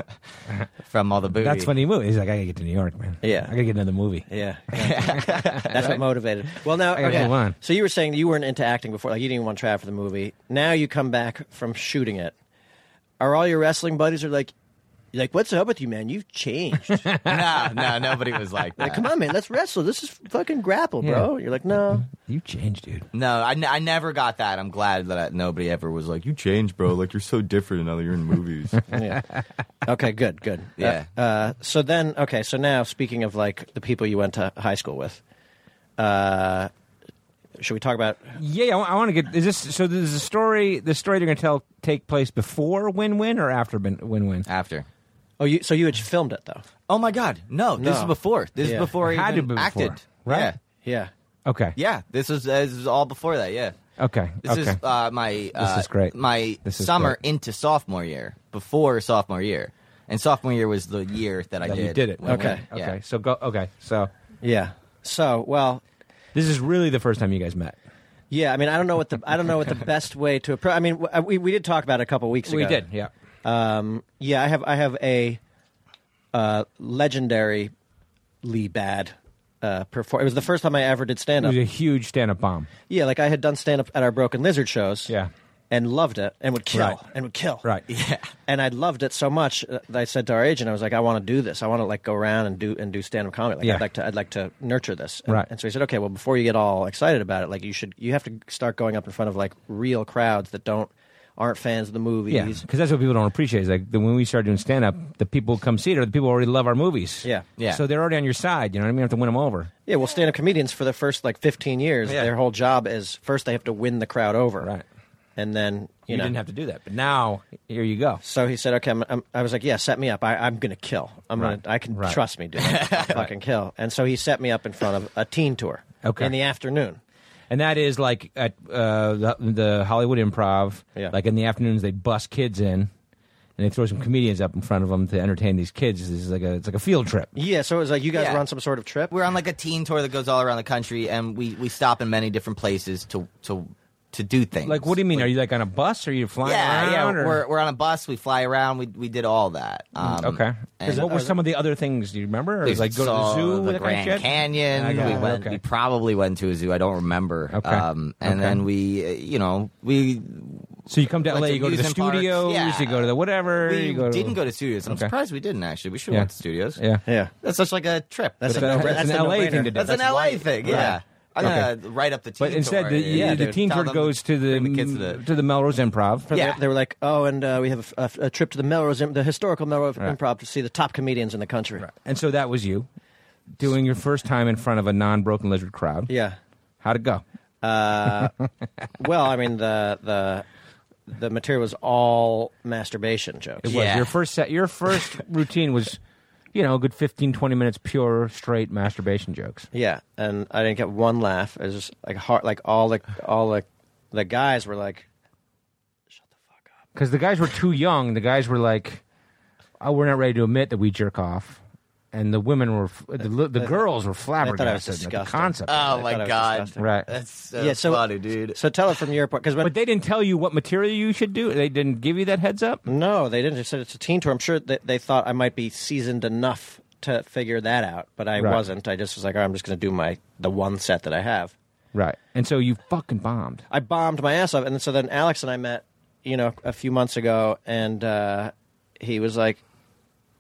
(laughs) from all the booty. That's when he moved. He's like, I gotta get to New York, man. Yeah. I gotta get another movie. (laughs) yeah that's what motivated well now gotta move okay. on. so you were saying you weren't into acting before like you didn't even want to try out for the movie now you come back from shooting it are all your wrestling buddies are like like what's up with you man you've (laughs) changed like no, no, nobody was like that. come on man let's wrestle this is fucking grapple bro Yeah. you're like no You changed, dude. No, I, n- I never got that. I'm glad that I, nobody ever was like, "You changed, bro. Like you're so different now that you're in (laughs) movies." yeah. Okay, good, good. Yeah. Uh, uh, so then, okay, so now speaking of like the people you went to high school with, uh, should we talk about? Yeah, I, want to get. Is this so? There's a story. The story they're gonna tell take place before Win Win or after Win Win. After. Oh, you so you had filmed it though? Oh my God! No, this No. is before. This Yeah. is before I Had to even be before, acted. right? Yeah, Yeah. Okay. yeah. This was this was all before that. Yeah. Okay. This okay. is uh, my uh, is great. My This is summer great. into sophomore year, before sophomore year, and sophomore year was the year that I Yeah, did. you did it. Win-win. Okay. Okay. Yeah. So go. Okay. So Yeah. So well, this is really the first time you guys met. yeah. I mean, I don't know what the I don't know what the (laughs) best way to approach. I mean, w- uh, we we did talk about it a couple weeks ago. Yeah. Um, yeah, I have I have a uh, legendary Lee Bad uh, perform. It was the first time I ever did stand It up. was a huge stand-up bomb. Yeah, like I had done stand up at our Broken Lizard shows. Yeah. And loved it and would kill Right. and would kill. (laughs) Right. Yeah. And I loved it so much uh, that I said to our agent, I was like, I want to do this. I want to like go around and do and do stand up comedy. Like Yeah. I'd like to I'd like to nurture this. And, Right. and so he said, Okay, well before you get all excited about it, like you should you have to start going up in front of like real crowds that don't aren't fans of the movies. Yeah. Because that's what people don't appreciate. Is like the, when we started doing stand-up, the people who come see it, or the people who already love our movies. Yeah. Yeah. So they're already on your side. You know what I mean? You have to win them over. Yeah, well, stand-up comedians for the first like 15 years, Yeah. their whole job is first they have to win the crowd over, Right. And then you, You know, didn't have to do that, but now here you go. So he said, "Okay." I'm, I'm, I was like, "Yeah, set me up. I, I'm gonna kill. I'm Right. gonna. I can Right. trust me, dude. I'll (laughs) fucking kill." And so he set me up in front of a teen tour. Okay. In the afternoon. And that is like at uh, the, the Hollywood Improv. Yeah. Like in the afternoons, they bust kids in, and they throw some comedians up in front of them to entertain these kids. This is like a it's like a field trip. Yeah. So it was like you guys Yeah. were on some sort of trip. We're on like a teen tour that goes all around the country, and we we stop in many different places to to to do things. Like, what do you mean? Are you like on a bus? Or are you flying Yeah, yeah. around? or- Mm, We're we're on a bus. We fly around. We we did all that. Um, okay. and- what were some of the other things? Do you remember? It We was like go to the saw zoo, the that Grand kind of shit? Canyon. I got we it, went. okay. We probably went to a zoo. I don't remember. Okay. Um, and Okay. then we, uh, you know, we So you come to Went LA, to you go to the amusement parks. studios, Yeah. you go to the whatever. we you go to- didn't go to studios. I'm Okay. surprised we didn't actually. We should have Yeah. went to studios. Yeah. Yeah. That's such like a trip. That's That's, a But that- no- that's that's an a LA thing no-brainer. to do. That's an that's LA light. thing. Yeah. I'm Okay. gonna write up the teen But instead, tour. the, Yeah, yeah, the dude. teen Tell tour them- goes to the, bring the kids to the- to the Melrose Improv. They- Yeah. They, were like, "Oh, and uh, we have a, a trip to the Melrose, Im- the historical Melrose Improv to see the top comedians in the country." And so that was you doing your first time in front of a non-broken lizard crowd. Yeah. How'd it go? Uh, well, I mean the the the material was all masturbation jokes. It was Yeah. your first set. (laughs) Your first routine was, you know, a good 15, 20 minutes pure straight masturbation jokes. Yeah, and I didn't get one laugh. It was just like hard, like all the all the the guys were like, Because the guys were too young. The guys were like, "Oh, we're not ready to admit that we jerk off," and the women were f- the, the, girls were I flabbergasted. thought I was at the disgusting. Ah. concept. Oh thought I my was god! disgusting. Right. That's so yeah, so funny, dude. So tell it from your point, because when But they didn't tell you what material you should do. They didn't give you that heads up. no, they didn't. They said it's a teen tour. I'm sure that they thought I might be seasoned enough to figure that out, but I Right. wasn't. I just was like, All right, I'm just going to do my the one set that I have. Right. And so you fucking bombed. I bombed my ass off, and so then Alex and I met, you know, a few months ago, and uh, he was like,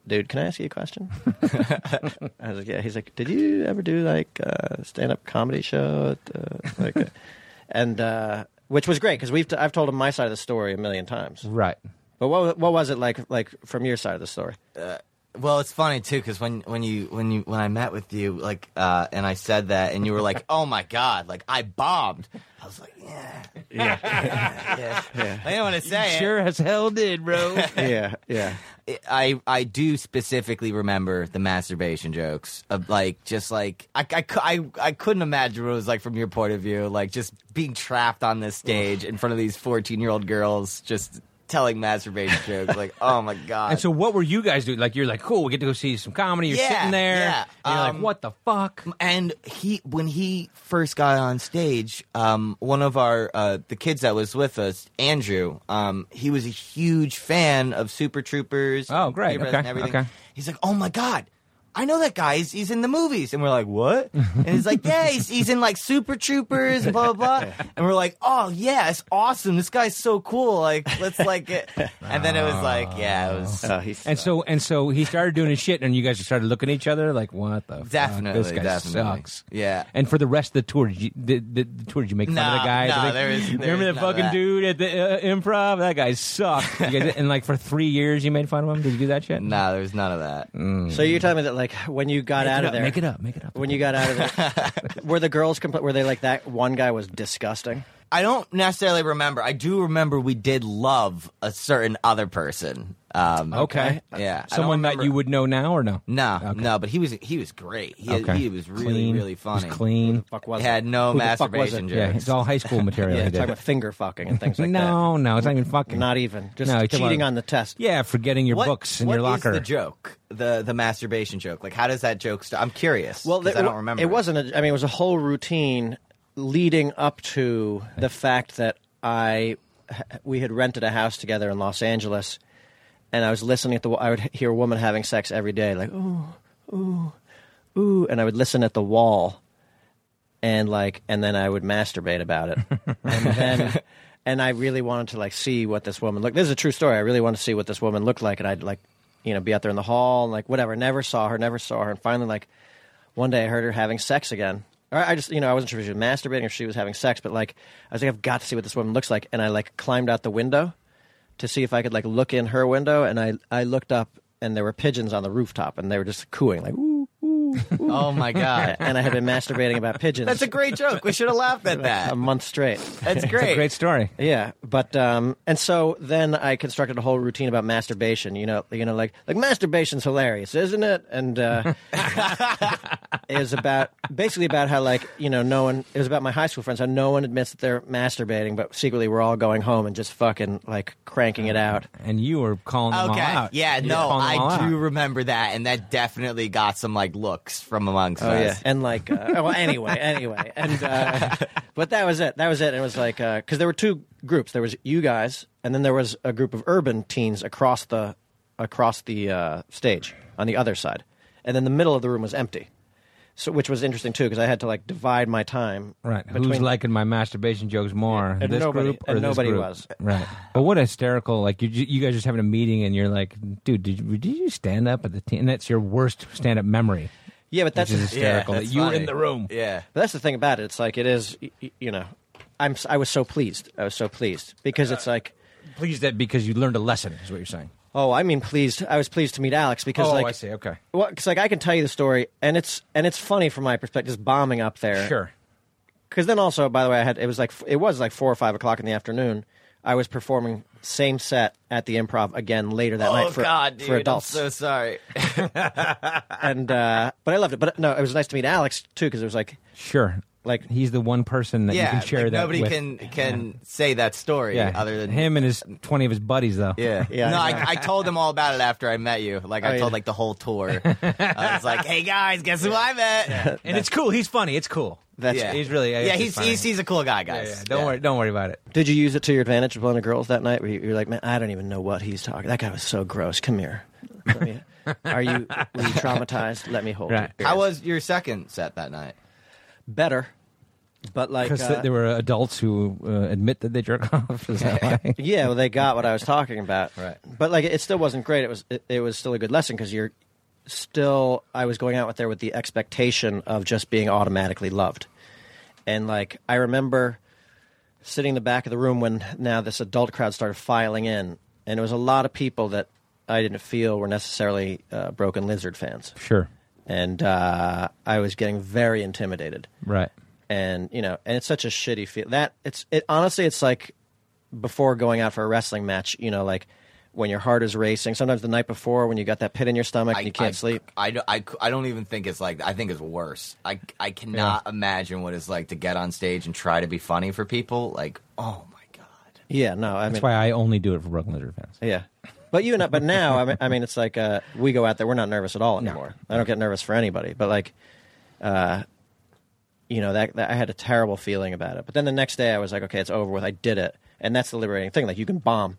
dude, can I ask you a question? (laughs) I was like, yeah. He's like, did you ever do like a stand up comedy show? At the, (laughs) like, a-" and uh, which was great because we've t- I've told him my side of the story a million times. Right. But what wa- what was it like like from your side of the story? Well, it's funny too because when when you when you when I met with you, like, uh, and I said that, and you (laughs) were like, "Oh my god, like I bombed." I was like, "Yeah, yeah, (laughs) yeah." I didn't want to say Sure as hell did, bro. (laughs) yeah, (laughs) yeah. it. I I do specifically remember the masturbation jokes of like just like I I, cou- I I couldn't imagine what it was like from your point of view, like just being trapped on this stage in front of these fourteen year old girls, just telling masturbation jokes. Like, oh my god. and so, what were you guys doing? Like, you're like, cool, we get to go see some comedy. You're Yeah, sitting there. yeah. And you're Um, like, what the fuck? And he, when he first got on stage, um, one of our uh, the kids that was with us, Andrew, um, he was a huge fan of Super Troopers. Oh, great. Beavis Okay, and everything. okay. He's like, oh my god. I know that guy. He's, he's in the movies, and we're (laughs) like, "What?" And he's like, "Yeah, he's, he's in like Super Troopers, and blah blah (laughs) blah." And we're like, "Oh yeah, it's awesome. This guy's so cool. Like, let's like." (laughs) Get... And then it was like, "Yeah, it was Oh. Uh, he's, And so, and so he started doing his shit, and you guys started looking at each other like, what the definitely, fuck? This guy definitely, sucks. yeah." And for the rest of the tour, did you, did, did, the tour, did you make fun of Nah, the guy? nah, Did they- there is- there remember is that none of fucking that. dude at the uh, improv? That guy sucked. You guys, and like for three years, you made fun of him. Did you do that shit? No, there's none of that. so you're telling me that like when you got Make out it of up, there, Make it up. Make it up. when you got out of there, (laughs) were the girls compl- were they like that? One guy was disgusting. I don't necessarily remember. I do remember we did love a certain other person. Um, okay. Yeah. I don't Someone that remember- you would know now or no? No, no, but he was he was great. He, he was really Clean. really funny. He was clean. Fuck was He it? had no Who the fuck was masturbation it? Yeah, jokes. it's (laughs) all high school material. Yeah, he talking did. about finger fucking and things like no, no, it's not even fucking. that. Not even just No, he's talking cheating about- on the test. Yeah, forgetting your What- books in what your is locker. the joke? The the masturbation joke. Like, how does that joke start? I'm curious. Well, 'cause there- I don't remember. It wasn't. A, I mean, it was a whole routine leading up to the fact that I we had rented a house together in Los Angeles, and I was listening at the. wa- I would hear a woman having sex every day, like ooh, ooh, ooh, and I would listen at the wall, and like, and then I would masturbate about it, and then. And I really wanted to like see what this woman looked. This is a true story. I really wanted to see what this woman looked like, and I'd like, you know, be out there in the hall and like whatever. Never saw her. Never saw her. And finally, like, one day I heard her having sex again. Or I just, you know, I wasn't sure if she was masturbating or she was having sex, but like, I was like, I've got to see what this woman looks like. And I like climbed out the window to see if I could like look in her window. And I, I looked up and there were pigeons on the rooftop and they were just cooing like, (laughs) ooh. (laughs) Oh my god, And I had been masturbating about pigeons that's a great joke. We should have laughed at (laughs) that. a month straight. That's great. It's a great story. Yeah, but um, and so then I constructed a whole routine about masturbation. You know, you know, like like masturbation's hilarious, isn't it? And uh, it was about basically about how like you know no one. It was about my high school friends how no one admits that they're masturbating, but secretly we're all going home and just fucking like cranking it out. And you were calling them Okay. all out. Yeah, You were no, calling them all I out. do remember that, and that definitely got some like looks from amongst Oh us. yeah, and like uh, oh, well, anyway, anyway, and (laughs) uh, but that was it. That was it. And it was like because there were two groups. There was you guys, and then there was a group of urban teens across the across the uh, stage on the other side, and then the middle of the room was empty. So, which was interesting too, because I had to like divide my time. Right. Who's between- liking my masturbation jokes more? and this nobody- group or and this nobody group? was. Right. But what a hysterical! Like you, you guys are just having a meeting, and you're like, "Dude, did you, did you stand up at the team?" And that's your worst stand up memory. Yeah, but that's which is hysterical. Yeah, that that's you were funny. in the room. Yeah. But that's the thing about it. It's like it is. y- y- You know, I'm. s- I was so pleased. I was so pleased because it's like. Pleased that because you learned a lesson is what you're saying. Oh, I mean, pleased. I was pleased to meet Alex because, Oh, like, I see. Okay. Well, because like I can tell you the story, and it's and it's funny from my perspective, just bombing up there. Sure. Because then also, by the way, I had it was like it was like four or five o'clock in the afternoon. I was performing same set at the Improv again later that Oh night for God, dude! for adults, I'm so sorry. and uh, but I loved it. But no, it was nice to meet Alex too because it was like Sure. Like- he's the one person that yeah, you can share like, that nobody with. can can say that story Yeah. other than him and his twenty of his buddies though. (laughs) Yeah, Yeah, No, I I, I told them all about it after I met you. Like I Oh, told yeah. like the whole tour. I was like, "Hey guys, guess who I met?" Yeah, And it's cool. He's funny. It's cool. that's. yeah. He's really- yeah. he's He's, funny. he's he's a cool guy, Yeah, guys. yeah, Don't worry. Don't worry about it. Did you use it to your advantage with one of the girls that night? Where you- you're like, man, I don't even know what he's talking. That guy was so gross. Come here. Let me, are you were you traumatized? Let me hold Right. you. How was your second set that night? Better. But like, Because uh, there were adults who uh, admit that they jerk (laughs) off. Is that why? yeah, well, they got what I was talking about. Right. But like, it still wasn't great. It was it, it was still a good lesson because you're still. I was going out with there with the expectation of just being automatically loved, and like I remember sitting in the back of the room when now this adult crowd started filing in, and it was a lot of people that I didn't feel were necessarily uh, Broken Lizard fans, sure. and uh, I was getting very intimidated Right. and you know, and it's such a shitty feel. That it's it honestly, it's like before going out for a wrestling match. You know, like when your heart is racing. Sometimes the night before, when you got that pit in your stomach and you can't I, sleep. I, don't- I, I don't even think it's like. I think it's worse. I, I cannot imagine what it's like to get on stage and try to be funny for people. Like, oh my god. Yeah, no, I That's mean, why I only do it for Broken Lizard fans. yeah. But you know, but now I mean, I mean, it's like uh, we go out there. We're not nervous at all anymore. I don't get nervous for anybody. But like, uh, you know, that, that I had a terrible feeling about it. But then the next day, I was like, okay, it's over with. I did it, and that's the liberating thing. Like you can bomb,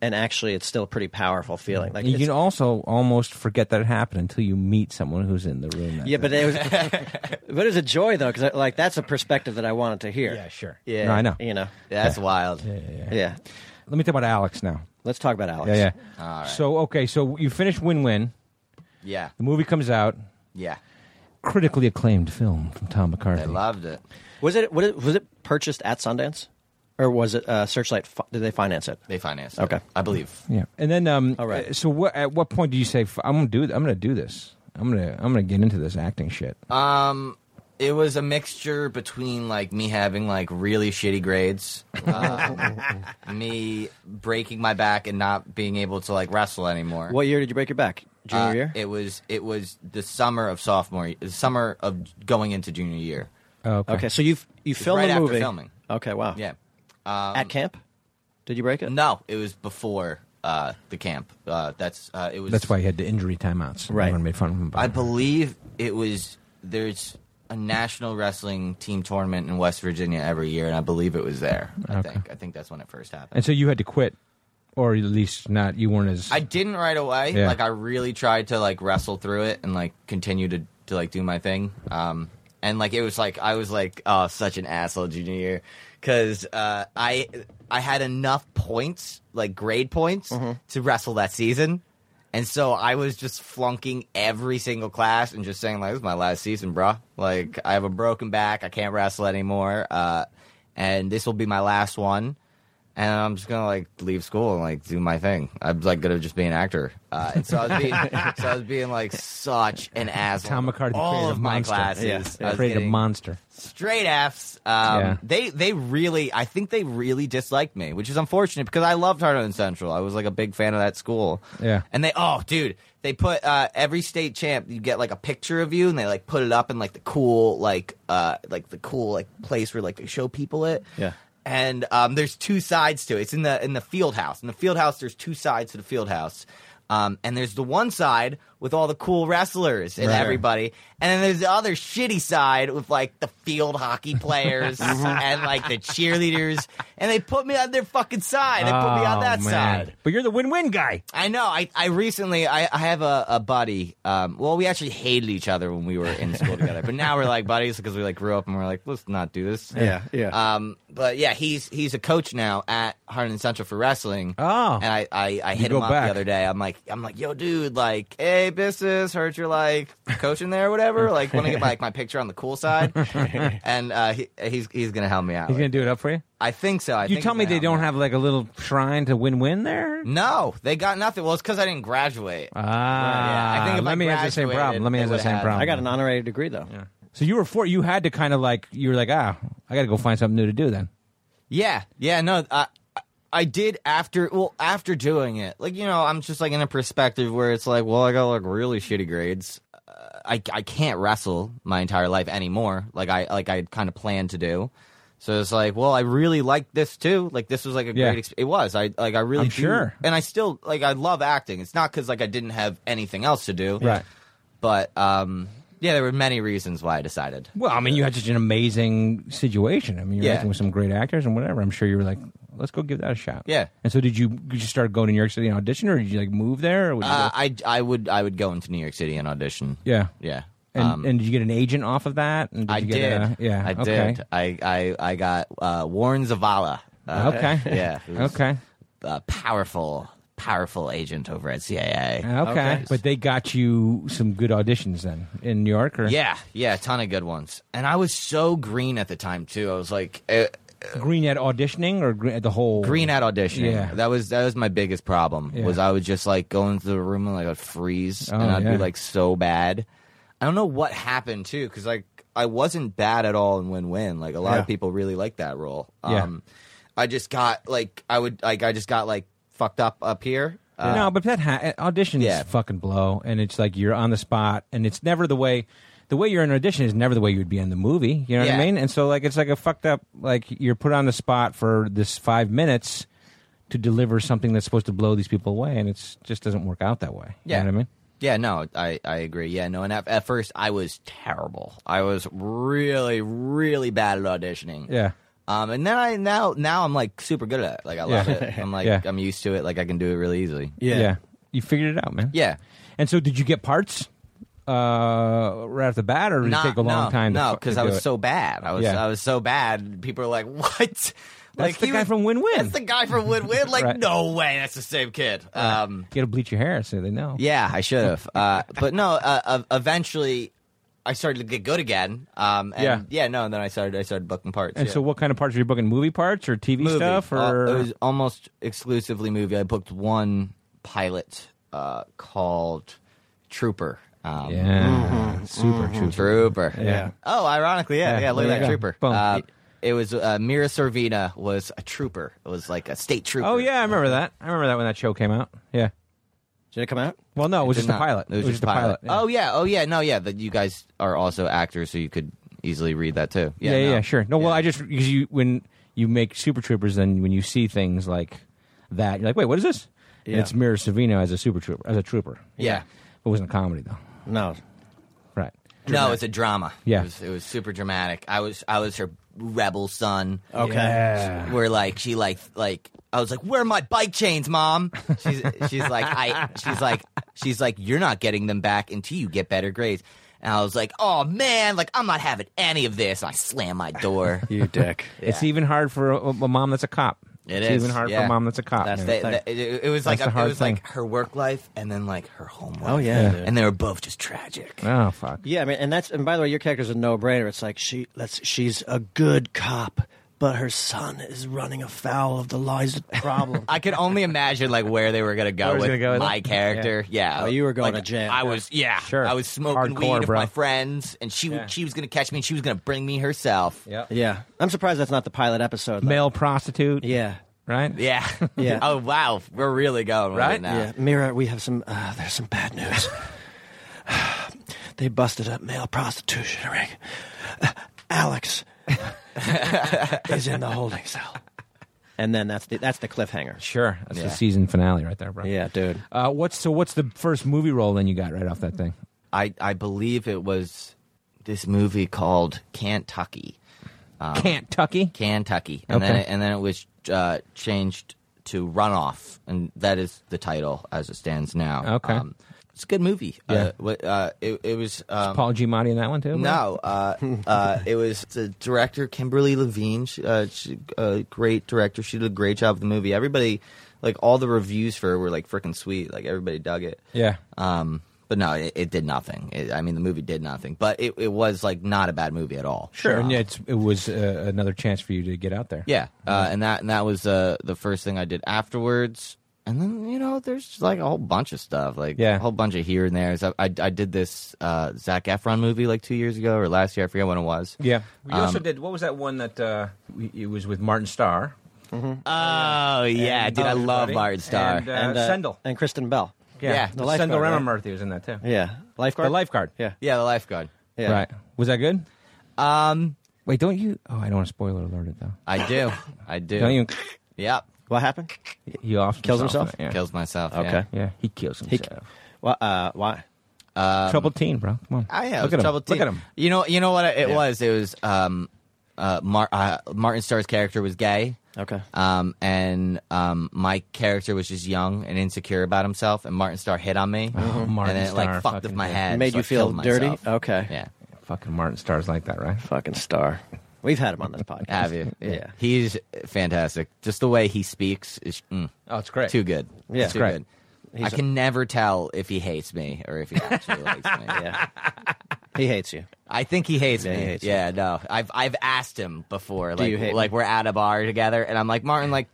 and actually, it's still a pretty powerful feeling. Like You it's- can also almost forget that it happened until you meet someone who's in the room. that Yeah, day. but it was, (laughs) but it was a joy though, because like that's a perspective that I wanted to hear. yeah, sure. Yeah. no, I know. You know, Yeah, that's wild. yeah. Let me talk about Alex now. Let's talk about Alex. Yeah, yeah. All right. So okay, so you finish Win Win. Yeah, The movie comes out, yeah. critically acclaimed film from Tom McCarthy. I loved it. Was it was it, was it purchased at Sundance, or was it uh, Searchlight? Fi- did they finance it? They financed. Okay. it, I believe. Yeah, and then um, All right. uh, So what? At what point do you say "F- I'm gonna do? th- I'm gonna do this. I'm gonna I'm gonna get into this acting shit. Um, it was a mixture between like me having like really shitty grades, um, me breaking my back and not being able to like wrestle anymore. What year did you break your back? Junior Uh, year. It was it was the summer of sophomore, y- the summer of going into junior year. okay. okay, so you you filmed right the after movie. filming. Okay, wow. Yeah. um, at camp. Did you break it? No, it was before uh, the camp. Uh, that's uh, it was. That's why he had the injury timeouts. Right. Everyone made fun of him. About I it. believe it was. There's a national wrestling team tournament in West Virginia every year, and I believe it was there. I Okay. think. I think that's when it first happened. And so you had to quit, or at least not. You weren't as. I didn't right away. Yeah. Like I really tried to like wrestle through it and like continue to to like do my thing. Um and like it was like I was like oh such an asshole junior year cuz uh I I had enough points, like grade points to wrestle that season. And so I was just flunking every single class and just saying like this is my last season, bruh. Like I have a broken back, I can't wrestle anymore. Uh and this will be my last one and I'm just gonna like leave school and like do my thing. I'm like gonna just be an actor. Uh, and so I was being, so I was being like such an asshole. (laughs) Tom McCarthy all created of a my monster. classes, Yeah. I was created a getting monster. straight Fs. Um, Yeah. They they really, I think they really disliked me, which is unfortunate because I loved Harlan Central. I was like a big fan of that school. Yeah. and they oh dude, they put uh, every state champ. You get like a picture of you, and they like put it up in like the cool like uh like the cool like place where like they show people it. Yeah. And um, there's two sides to it. It's in the in the field house. In the field house, there's two sides to the field house. Um, and there's the one side with all the cool wrestlers and Right. everybody, and then there's the other shitty side with like the field hockey players (laughs) and like the cheerleaders, and they put me on their fucking side. They put me on Oh, that man. side. But you're the win-win guy. I know. I, I recently I, I have a, a buddy. Um, well, we actually hated each other when we were in school together, but now we're like buddies because we like grew up and we're like, let's not do this. Yeah, yeah. Um, but yeah, he's he's a coach now at Harlan Central for wrestling. Oh. and I I, I hit go him up back. the other day. I'm like I'm like, yo, dude, like, hey, business, heard you're like coaching there, or whatever. Like, want to get like my picture on the (laughs) cool side, and uh, he, he's he's gonna help me out. He's gonna do it up for you. I think so. I you think tell he's me gonna Mm. they help don't have like a little shrine to win-win there. me out. No, they got nothing. Well, it's because I didn't graduate. Ah, Yeah, I think if let I me have the same graduated, problem. Let me they have the would've same had- problem. I got an honorary degree though. So you were for you had to kind of like you were like ah I got to go find something new to do then. Yeah, yeah, no, I, I did after. Well, after doing it, like you know, I'm just like in a perspective where it's like, well, I got like really shitty grades. Uh, I I can't wrestle my entire life anymore. Like I like I kind of planned to do. So it's like, well, I really liked this too. Like this was like a Yeah. great. Ex- it was. I like I really I'm do- sure. and I still like I love acting. It's not because like I didn't have anything else to do, But um, yeah, there were many reasons why I decided. Well, I mean, you had such an amazing situation. I mean, you're Yeah. acting with some great actors and whatever. I'm sure you were like, let's go give that a shot. Yeah. And so did you? Did you start going to New York City and audition, or did you like move there? Or would you Uh, go- I I would I would go into New York City and audition. yeah. Yeah. And, and did you get an agent off of that? And did um, I you get did. A, yeah. I okay. did. I I I got uh, Warren Zavala. Uh, Okay. (laughs) Yeah. (laughs) who's Okay. A powerful, powerful agent over at CIA. Okay. Okay. But they got you some good auditions then in New York, or Yeah, yeah, a ton of good ones. And I was so green at the time too. I was like uh, Green at auditioning or green at the whole green at auditioning. Yeah. That was that was my biggest problem. Yeah. Was I would just like go into the room and like I'd freeze Oh, and I'd yeah. be like so bad. I don't know what happened too cuz like I wasn't bad at all in Win Win. Like a lot Yeah. of people really like that role. Yeah. Um I just got like I would like I just got like fucked up up here. Uh, no, but that ha- eh, auditions Yeah. fucking blow, and it's like you're on the spot, and it's never the way. The way you're in an audition is never the way you would be in the movie. You know what I Yeah. mean? And so, like, it's like a fucked up. Like, you're put on the spot for this five minutes to deliver something that's supposed to blow these people away, and it's just doesn't work out that way. Yeah. You know what I mean? Yeah, no, I, I agree. Yeah, no, and at, at first I was terrible. I was really, really bad at auditioning. Yeah. Um, and then I now now I'm like super good at it. Like I love Yeah. (laughs) it. I'm like Yeah. I'm used to it. Like I can do it really easily. Yeah. You figured it out, man. Yeah. And so, did you get parts uh, right off the bat, or did Not- it take a long no, time? to No, fu- to because I do was it? so bad. I was Yeah. I was so bad. People are like, (laughs) what? That's the guy from Win Win. That's the guy from Win Win. Like (laughs) Right. no way. That's the same kid. Um, You got to bleach your hair so they know. Yeah, I should have. Uh, but no, uh, ev- eventually I started to get good again. Um, and Yeah. yeah, no, and then I started I started booking parts. And yeah. so, what kind of parts are you booking? Movie parts or TV Movie. stuff? Uh, Or it was almost exclusively movie. I booked one pilot uh, called Trooper. Um, yeah, super true. Trooper. Yeah. Oh, ironically, yeah, Yeah, yeah. look there at you that go. Trooper. Boom. Uh, it was uh, Mira Servina was a trooper. It was like a state trooper. Oh yeah, I remember that. I remember that when that show came out. Yeah. Did it come out? Well, no, it was Did just a not- pilot. It was, just a pilot. yeah. Oh yeah. Oh yeah. No, yeah. That you guys are also actors, so you could easily read that too. yeah, Yeah. yeah, no. yeah, sure. No, well, I just because you when you make Super Troopers, then when you see things like that, you're like, wait, what is this? And Yeah. it's Mira Savino as a super trooper, as a trooper. Yeah. It wasn't a comedy though, No. right? No, it's a drama. Yeah. It was, it was super dramatic. I was I was her rebel son. Okay. Where like she like like I was like, where are my bike chains, mom? She's she's like I she's like she's like you're not getting them back until you get better grades. And I was like, oh man, like I'm not having any of this. And I slam my door. You (laughs) dick. It's even hard for a, a mom that's a cop. It it's is, even hard for yeah. a mom that's a cop. That's man. They- they- it, it was like the it hard was like her work life and then like her home life. Oh, yeah, Yeah. dude. and they were both just tragic. oh fuck. Yeah, I mean, and that's and by the way, your character's a no-brainer. It's like she let's she's a good cop, but her son is running afoul of the law. He's a (laughs) problem. I could only imagine like where they were gonna go Where was with gonna go with my it? character. Yeah. Oh, you were going Like, to jail. I was yeah. Sure. I was smoking Hardcore, weed with bro. my friends, and she Yeah. she was gonna catch me, and she was gonna bring me herself. Yeah. yeah, I'm surprised that's not the pilot episode. though. Male prostitute. Yeah. Right. Yeah. Yeah. (laughs) oh wow, we're really going with Right? it now. Yeah, Mira, we have some. Uh, there's some bad (laughs) news. they busted up male prostitution ring. Uh, (laughs) Alex is in the holding cell. And then that's the that's the cliffhanger. Sure. That's the Yeah. season finale right there, bro. Yeah, dude. Uh, what's so? What's the first movie role then you got right off that thing? I I believe it was this movie called Kentucky. Kentucky. Kentucky, and then Okay. it, and then it was uh, changed to Runoff, and that is the title as it stands now. Um, Okay. it's a good movie. Yeah. Uh, what- uh, it, it was. Um, Paul Giamatti in that one too. no, uh, uh, it was the director Kimberly Levine. She, uh, she, uh, great director. She did a great job of the movie. Everybody, like all the reviews for her were like freaking sweet. Like everybody dug it. Yeah. Um, but no, it, it did nothing. It, I mean, the movie did nothing. But it, it was like not a bad movie at all. Um, Sure. And it's, it was uh, another chance for you to get out there. Yeah, uh, Mm-hmm. and that and that was uh, the first thing I did afterwards. And then you know, there's like a whole bunch of stuff, like Yeah. a whole bunch of here and there. So I I did this uh, Zach Efron movie like two years ago or last year, I forget when it was. Yeah. We also Um, did. What was that one that uh, we, it was with Martin Starr? Oh yeah, dude, I love Martin Starr. And, uh, And uh, Sendel. and Kristen Bell. yeah, The the lifeguard, Sendel right? Ramamarthy was in that too. Yeah, lifeguard. The lifeguard. Yeah. yeah, the lifeguard. Yeah. Right. Was that good? Um, Wait, don't you? Oh, I don't want to spoiler alert it though. I do, I do. Don't you? Yep, What happened? He off Kills himself? Yeah. kills myself. yeah. Okay. Yeah. He kills himself. Well, uh, why? Troubled teen, bro. Come on. I have Look at him. trouble. Look at him. You know, you know what it was. It was um, uh, Mar- uh, Martin Starr's character was gay. Okay. Um, and um, my character was just young and insecure about himself, and Martin Starr hit on me, Oh, Martin and then it, like Starr, fucked up fucking my dick. head. Made so you I feel killed dirty? myself. Okay. Yeah. Fucking Martin Starr's like that, right? Fucking star. We've had him on this podcast. Have you? (laughs) Yeah. He's fantastic. Just the way he speaks is mm, Oh, it's great. too good. Yeah. It's too Great. good. I can never tell if he hates me or if he actually likes me. (laughs) Yeah. He hates you. I think he hates Yeah, me. he hates yeah, no. I've I've asked him before. like you hate like me? we're at a bar together and I'm like, Martin, like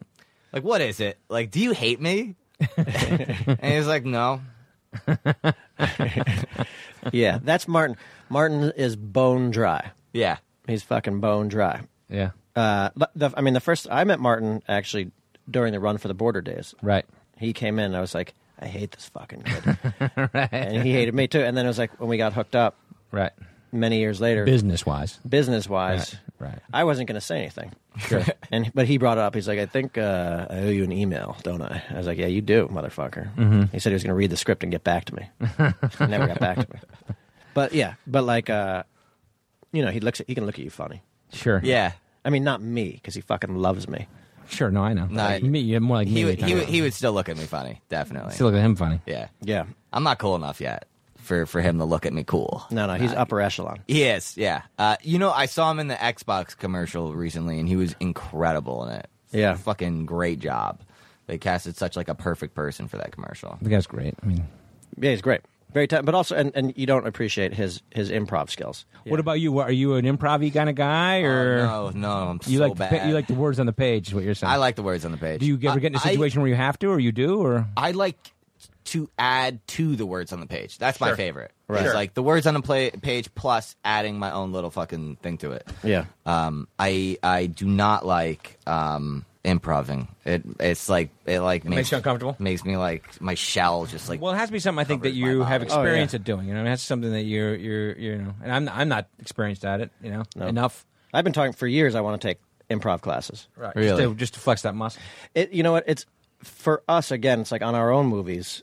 like what is it? Like, do you (laughs) hate me? (laughs) and he's like, No. Yeah. That's Martin. Martin is bone dry. Yeah. He's fucking bone dry. Yeah. Uh, but the, I mean, the first I met Martin actually during the run for the border days. Right. He came in, and I was like, I hate this fucking kid, and he hated me too. And then it was like when we got hooked up Right. many years later, Business wise. business wise, Right, right. I wasn't going to say anything. Sure. (laughs) And but he brought it up. He's like, I think uh, I owe you an email, don't I? I was like, Yeah, you do, motherfucker. Mm-hmm. He said he was going to read the script and get back to (laughs) me. He Never got back to me. But yeah, but like, uh, you know, he looks. At, he can look at you funny. sure. Yeah. I mean, not me because he fucking loves me. Sure. No, I know. No, Like, I- me, you're more like me. He would you're he would, talking he would still look at me funny, definitely. about. Still look at him funny. yeah. Yeah. I'm not cool enough yet for, for him to look at me cool. No, no, he's upper echelon. He is, yeah. Uh, you know, I saw him in the Xbox commercial recently, and he was incredible in it. Yeah. fucking great job. They casted such like a perfect person for that commercial. The guy's great. I mean, Yeah, he's great. Very tough, but also, and, and you don't appreciate his his improv skills. what about you? What, are you an improv kind of guy, or Oh, no, no, I'm you so like the, bad. pa- you like the words on the page? Is what you're saying? I like the words on the page. Do you ever get in a I- I- situation where you have to, or you do, or I like to add to the words on the page. That's my favorite. Right. Right. Sure. Like the words on the play- page plus adding my own little fucking thing to it. Yeah. Um, I I do not like um improving. It it's like it like makes, makes you uncomfortable? Makes me like my shell just like Well, it has to be something I think that Covers my you have body. Oh, yeah. experience at doing. You know, it has to be something that you're you're you know, and I'm I'm not experienced at it. You know, enough. I've been talking for years. I want to take improv classes. Right. Really? Just to, just to flex that muscle. It, you know what? It's for us again. It's like on our own movies.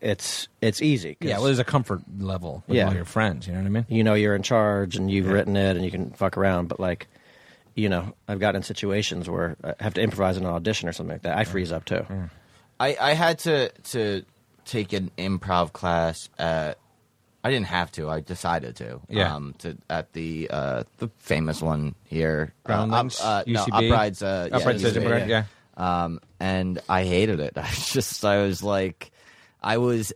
It's it's easy. 'cause Yeah. Well, there's a comfort level with Yeah. all your friends. You know what I mean? you know you're in charge and you've written it and you can fuck around. But like, you know, I've gotten in situations where I have to improvise in an audition or something like that. I freeze up too. I, I had to to take an improv class at I didn't have to. I decided to. Yeah. Um, to at the uh, the famous one here, Groundlings, uh, up- uh, no, UCB? Uprights, uh, yeah, Uprights, UCB, Edinburgh, yeah. Um, and I hated it. (laughs) I just I was like, I was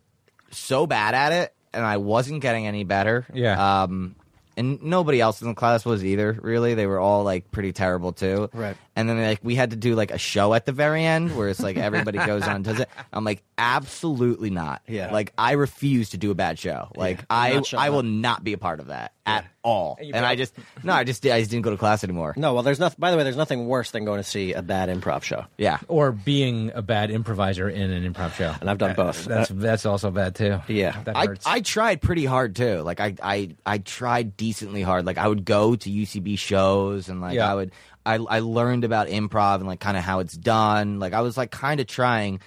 so bad at it, and I wasn't getting any better. Yeah. Um, and nobody else in the class was either. Really, they were all like pretty terrible too. Right. And then like we had to do like a show at the very end where it's (laughs) like everybody goes on and does it. I'm like, absolutely not. Yeah. Like I refuse to do a bad show. Like I not showing I will up. not be a part of that at all. And, I just no, I just I just didn't go to class anymore. No, well, there's nothing. By the way, there's nothing worse than going to see a bad improv show. Yeah. Or being a bad improviser in an improv show. And I've done both. That's that's also bad too. Yeah. That I, hurts. I tried pretty hard too. Like I, I I tried decently hard. Like I would go to UCB shows and like Yeah. I would I I learned about improv and like kind of how it's done. Like I was like kind of trying.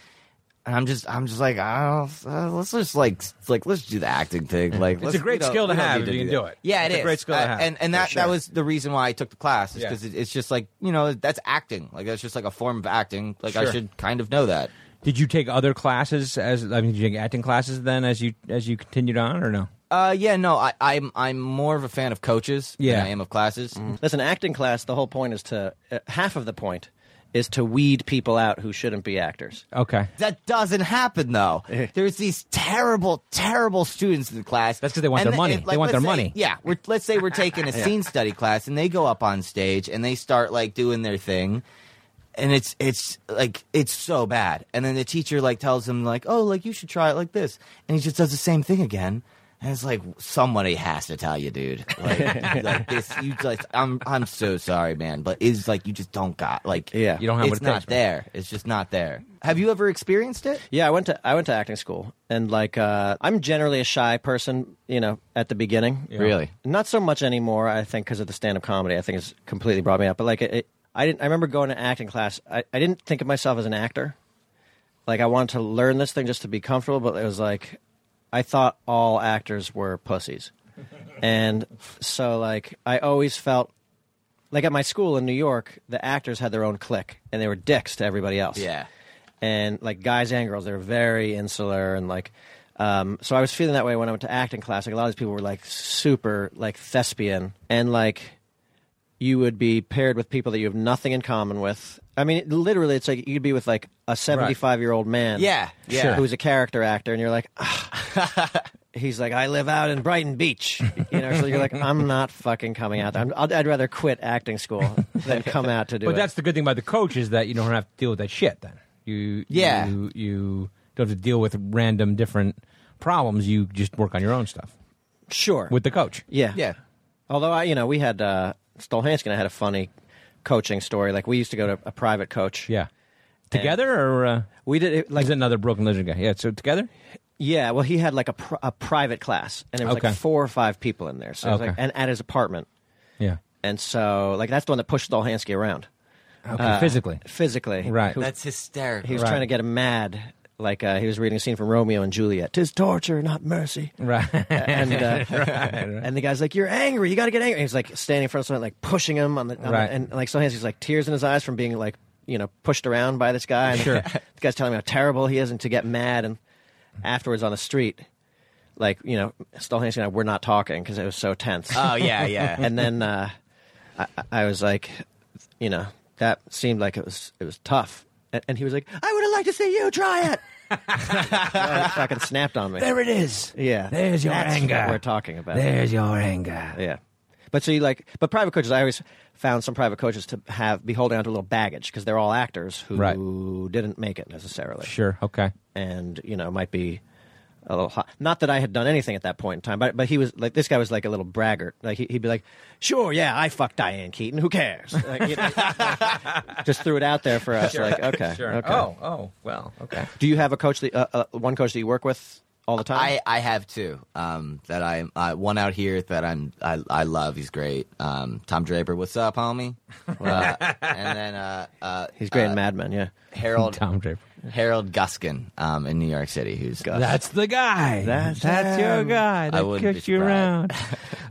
And I'm just I'm just like I don't, uh, let's just like s- like let's do the acting (laughs) thing. Like It's let's- a great we don't- skill to we don't have need if you can do that. it. Yeah, It's a is. great skill to Uh, have, And and that sure. that was the reason why I took the class is Yeah. because it, it's just like you know that's acting. Like that's just like a form of acting. Like I Sure. should kind of know that. did you take other classes as I mean, did you take acting classes then as you as you continued on or no? Uh, yeah, no, I, I'm I'm more of a fan of coaches Yeah. Mm-hmm. than I am of classes. Listen, acting class. The whole point is to uh, half of the point is to weed people out who shouldn't be actors. Okay. That doesn't (laughs) happen though. There's these terrible, terrible students in the class. That's 'cause they want And their money. They want let's their say- money. Yeah. We're, let's say we're taking (laughs) a scene study class, and they go up on stage and they start like doing their thing, and it's it's like it's so bad. And then the teacher like tells them like, oh, like you should try it like this, and he just does the same thing again. And it's like somebody has to tell you, dude. (laughs) Like, like this, you like I'm I'm so sorry, man, but it's like you just don't got like Yeah. You don't have it's what it not takes, man. there. It's just not there. Have you ever experienced it? Yeah, I went to I went to acting school, and like uh, I'm generally a shy person, you know, at the beginning. Really? Not so much anymore, I think, because of the stand up comedy. I think it's completely brought me up. But like, it, I didn't. I remember going to acting class. I, I didn't think of myself as an actor. Like, I wanted to learn this thing just to be comfortable. But it was like, I thought all actors were pussies, and so like, I always felt like at my school in New York, the actors had their own clique and they were dicks to everybody else. Yeah. And like guys and girls, they were very insular and like. Um, so I was feeling that way when I went to acting class. Like a lot of these people were like super like thespian and like you would be paired with people that you have nothing in common with. I mean, literally, it's like you could be with like a seventy-five-year-old man, Yeah, yeah. Sure. who's a character actor, and you're like, "Ah." he's like, I live out in Brighton Beach, you know. So you're like, I'm not fucking coming out there. I'm, I'd, I'd rather quit acting school than come out to do But it. that's the good thing about the coach is that you don't have to deal with that shit. Then you Yeah. you, you don't have to deal with random different problems. You just work on your own stuff sure. with the coach. yeah, Yeah. Although I, you know, we had uh, Stolhansky and I had a funny coaching story. Like we used to go to a private coach. Yeah, together or uh, we did it, like like another Brooklyn Legend guy. Yeah, so together. Yeah, well, he had like a, pr- a private class, and there was Okay. like four or five people in there. So it was, like, Okay. and at his apartment, Yeah, and so like that's the one that pushed Dolhansky around okay, Uh, (laughs) physically. physically. Right. He was, That's hysterical. he was Right. trying to get him mad, like uh, he was reading a scene from Romeo and Juliet. Tis torture, not mercy. Right. (laughs) (laughs) And uh, and the guy's like, "You're angry. You got to get angry." And he's like standing in front of someone, like pushing him on the, on the- Right. and like Stolhansky's like tears in his eyes from being like you know pushed around by this guy. And (laughs) Sure. the guy's telling him how terrible he is and to get mad. And afterwards on the street, like you know, Stolhansky and I were not talking because it was so tense. oh yeah, yeah. (laughs) and then uh, I, I- I was like, you know, that seemed like it was it was tough. And, and he was like, "I would have liked to see you (laughs) try it." And he fucking snapped on me. it is. Yeah, There's your That's anger. What we're talking about. There's your anger. Yeah, but so you like, but private coaches. I always found some private coaches to have be holding on to a little baggage because they're all actors who Right. didn't make it necessarily, Sure. Okay. and you know might be a little hot. Not that I had done anything at that point in time, but but he was like this guy was like a little braggart. Like he, he'd be like, "Sure, yeah, I fucked Diane Keaton. Who cares?" Like, you know, (laughs) just threw it out there for us. Like, okay, okay. Oh. Well. Okay. Do you have a coach? That, uh, uh, one coach that you work with all the time? I, I have two um, that I uh, one out here that I'm I, I love. He's great. Um, Tom Draper, what's up, homie? Uh, (laughs) and then uh, uh, He's great in Mad Men. Yeah. (laughs) Harold Tom Draper. Harold Guskin um, in New York City. Who's That's the guy. That's your him. guy. I That wouldn't be kicked you around. (laughs)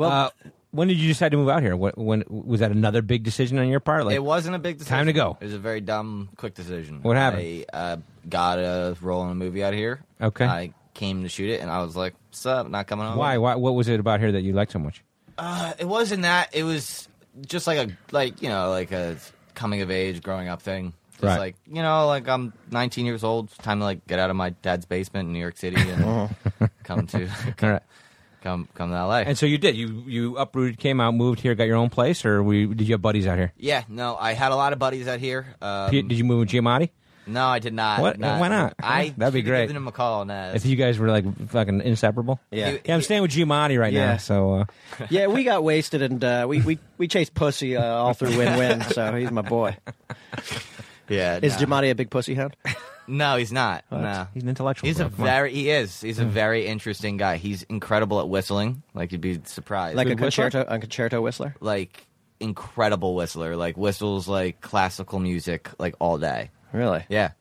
Uh, surprised. well, when did you decide to move out here? What, when was that another big decision on your part? Like, It wasn't a big decision. Time to go. It was a very dumb, quick decision. What happened? I uh, got a role in a movie out here. Okay. I came to shoot it, and I was like, "What's up? Not coming home." why? Why? What was it about here that you liked so much? Uh, it wasn't that. It was just like a like you know like a coming of age, growing up thing. Just Right. like you know, like I'm 19 years old. It's time to like get out of my dad's basement in New York City and (laughs) come to Uh-huh. (laughs) All right. come come to LA. And so you did. You you uprooted, came out, moved here, got your own place, or we, did you have buddies out here? yeah, no, I had a lot of buddies out here. Um, P- did you move with Giamatti? no, I did not. What? Why not? I (laughs) That'd be should've great. Given him a call. No, If you guys were like fucking inseparable. Yeah. Yeah, I'm staying with Giamatti right now. Yeah. So uh, yeah, we got wasted and uh, we, we, we chased pussy uh, all through Win Win, so he's my boy. yeah, Is no. Jamadi a big pussy hound? No, he's not. no, he's an intellectual, He's bro. a Come on. Mm. very he is. He's a very interesting guy. He's incredible at whistling. Like you'd be surprised. Like a Big whistler? concerto, a concerto whistler? like incredible whistler. Like whistles like classical music like all day. Really? Yeah.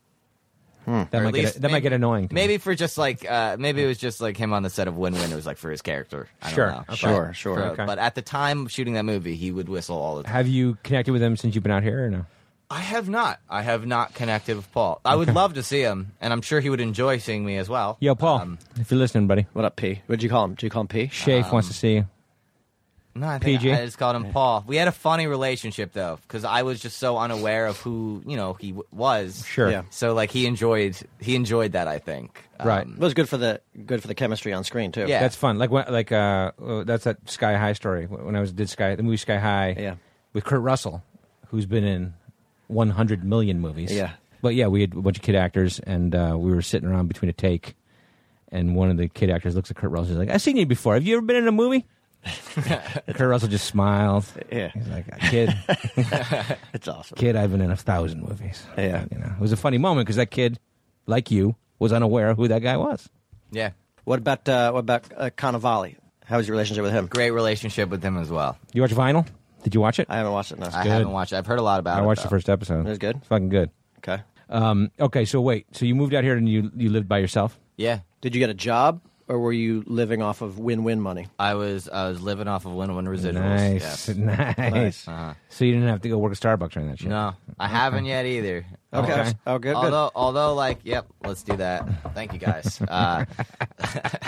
that Or might at get least that might get annoying. to me. Maybe for just like uh maybe it was just like him on the set of Win Win. It was like for his character. I don't Sure. know. But- Sure, sure. for- Okay. But at the time of shooting that movie, he would whistle all the time. Have you connected with him since you've been out here or no? I have not. I have not connected with Paul. I would love to see him, and I'm sure he would enjoy seeing me as well. Yo, Paul, Um, if you're listening, buddy, What up, P? What'd you call him? Did you call him P? Shafe wants to see you. No, I think PJ? I just called him Paul. We had a funny relationship though, because I was just so unaware of who you know he w- was. Sure. Yeah. So like he enjoyed he enjoyed that. I think. Um, Right. It was good for the good for the chemistry on screen too. Yeah. That's fun. Like when, like uh, uh, that's that Sky High story. Wh- When I was did Sky the movie Sky High, Yeah. with Kurt Russell, who's been in 100 million movies. Yeah. But yeah, we had a bunch of kid actors, and uh, we were sitting around between a take, and one of the kid actors looks at Kurt Russell. He's like, "I've seen you before. Have you ever been in (laughs) a movie?" Kurt Russell just smiled. Yeah. He's like, "Kid, it's awesome. kid, I've been in a thousand movies." (laughs) Yeah. You know, it was a funny moment because that kid, like you, was unaware of who that guy was. Yeah. What about uh, what about uh, Cannavale? How was your relationship with him? Great relationship with him as well. You watch Vinyl? Did you watch it? I haven't watched it. No. I haven't watched. I've heard a lot about. I it, watched the though. first episode. It was good? It's fucking good. Okay. Um, okay, so wait. So you moved out here and you you lived by yourself? Yeah. Did you get a job or were you living off of win-win money? I was I was living off of win-win (laughs) residuals. Nice, yes. nice. Uh-huh. So you didn't have to go work at Starbucks or anything. That shit. No, I haven't yet either. Okay. Oh, good. good. Although, although, like, yep, let's do that. Thank (laughs) you guys. Uh, (laughs)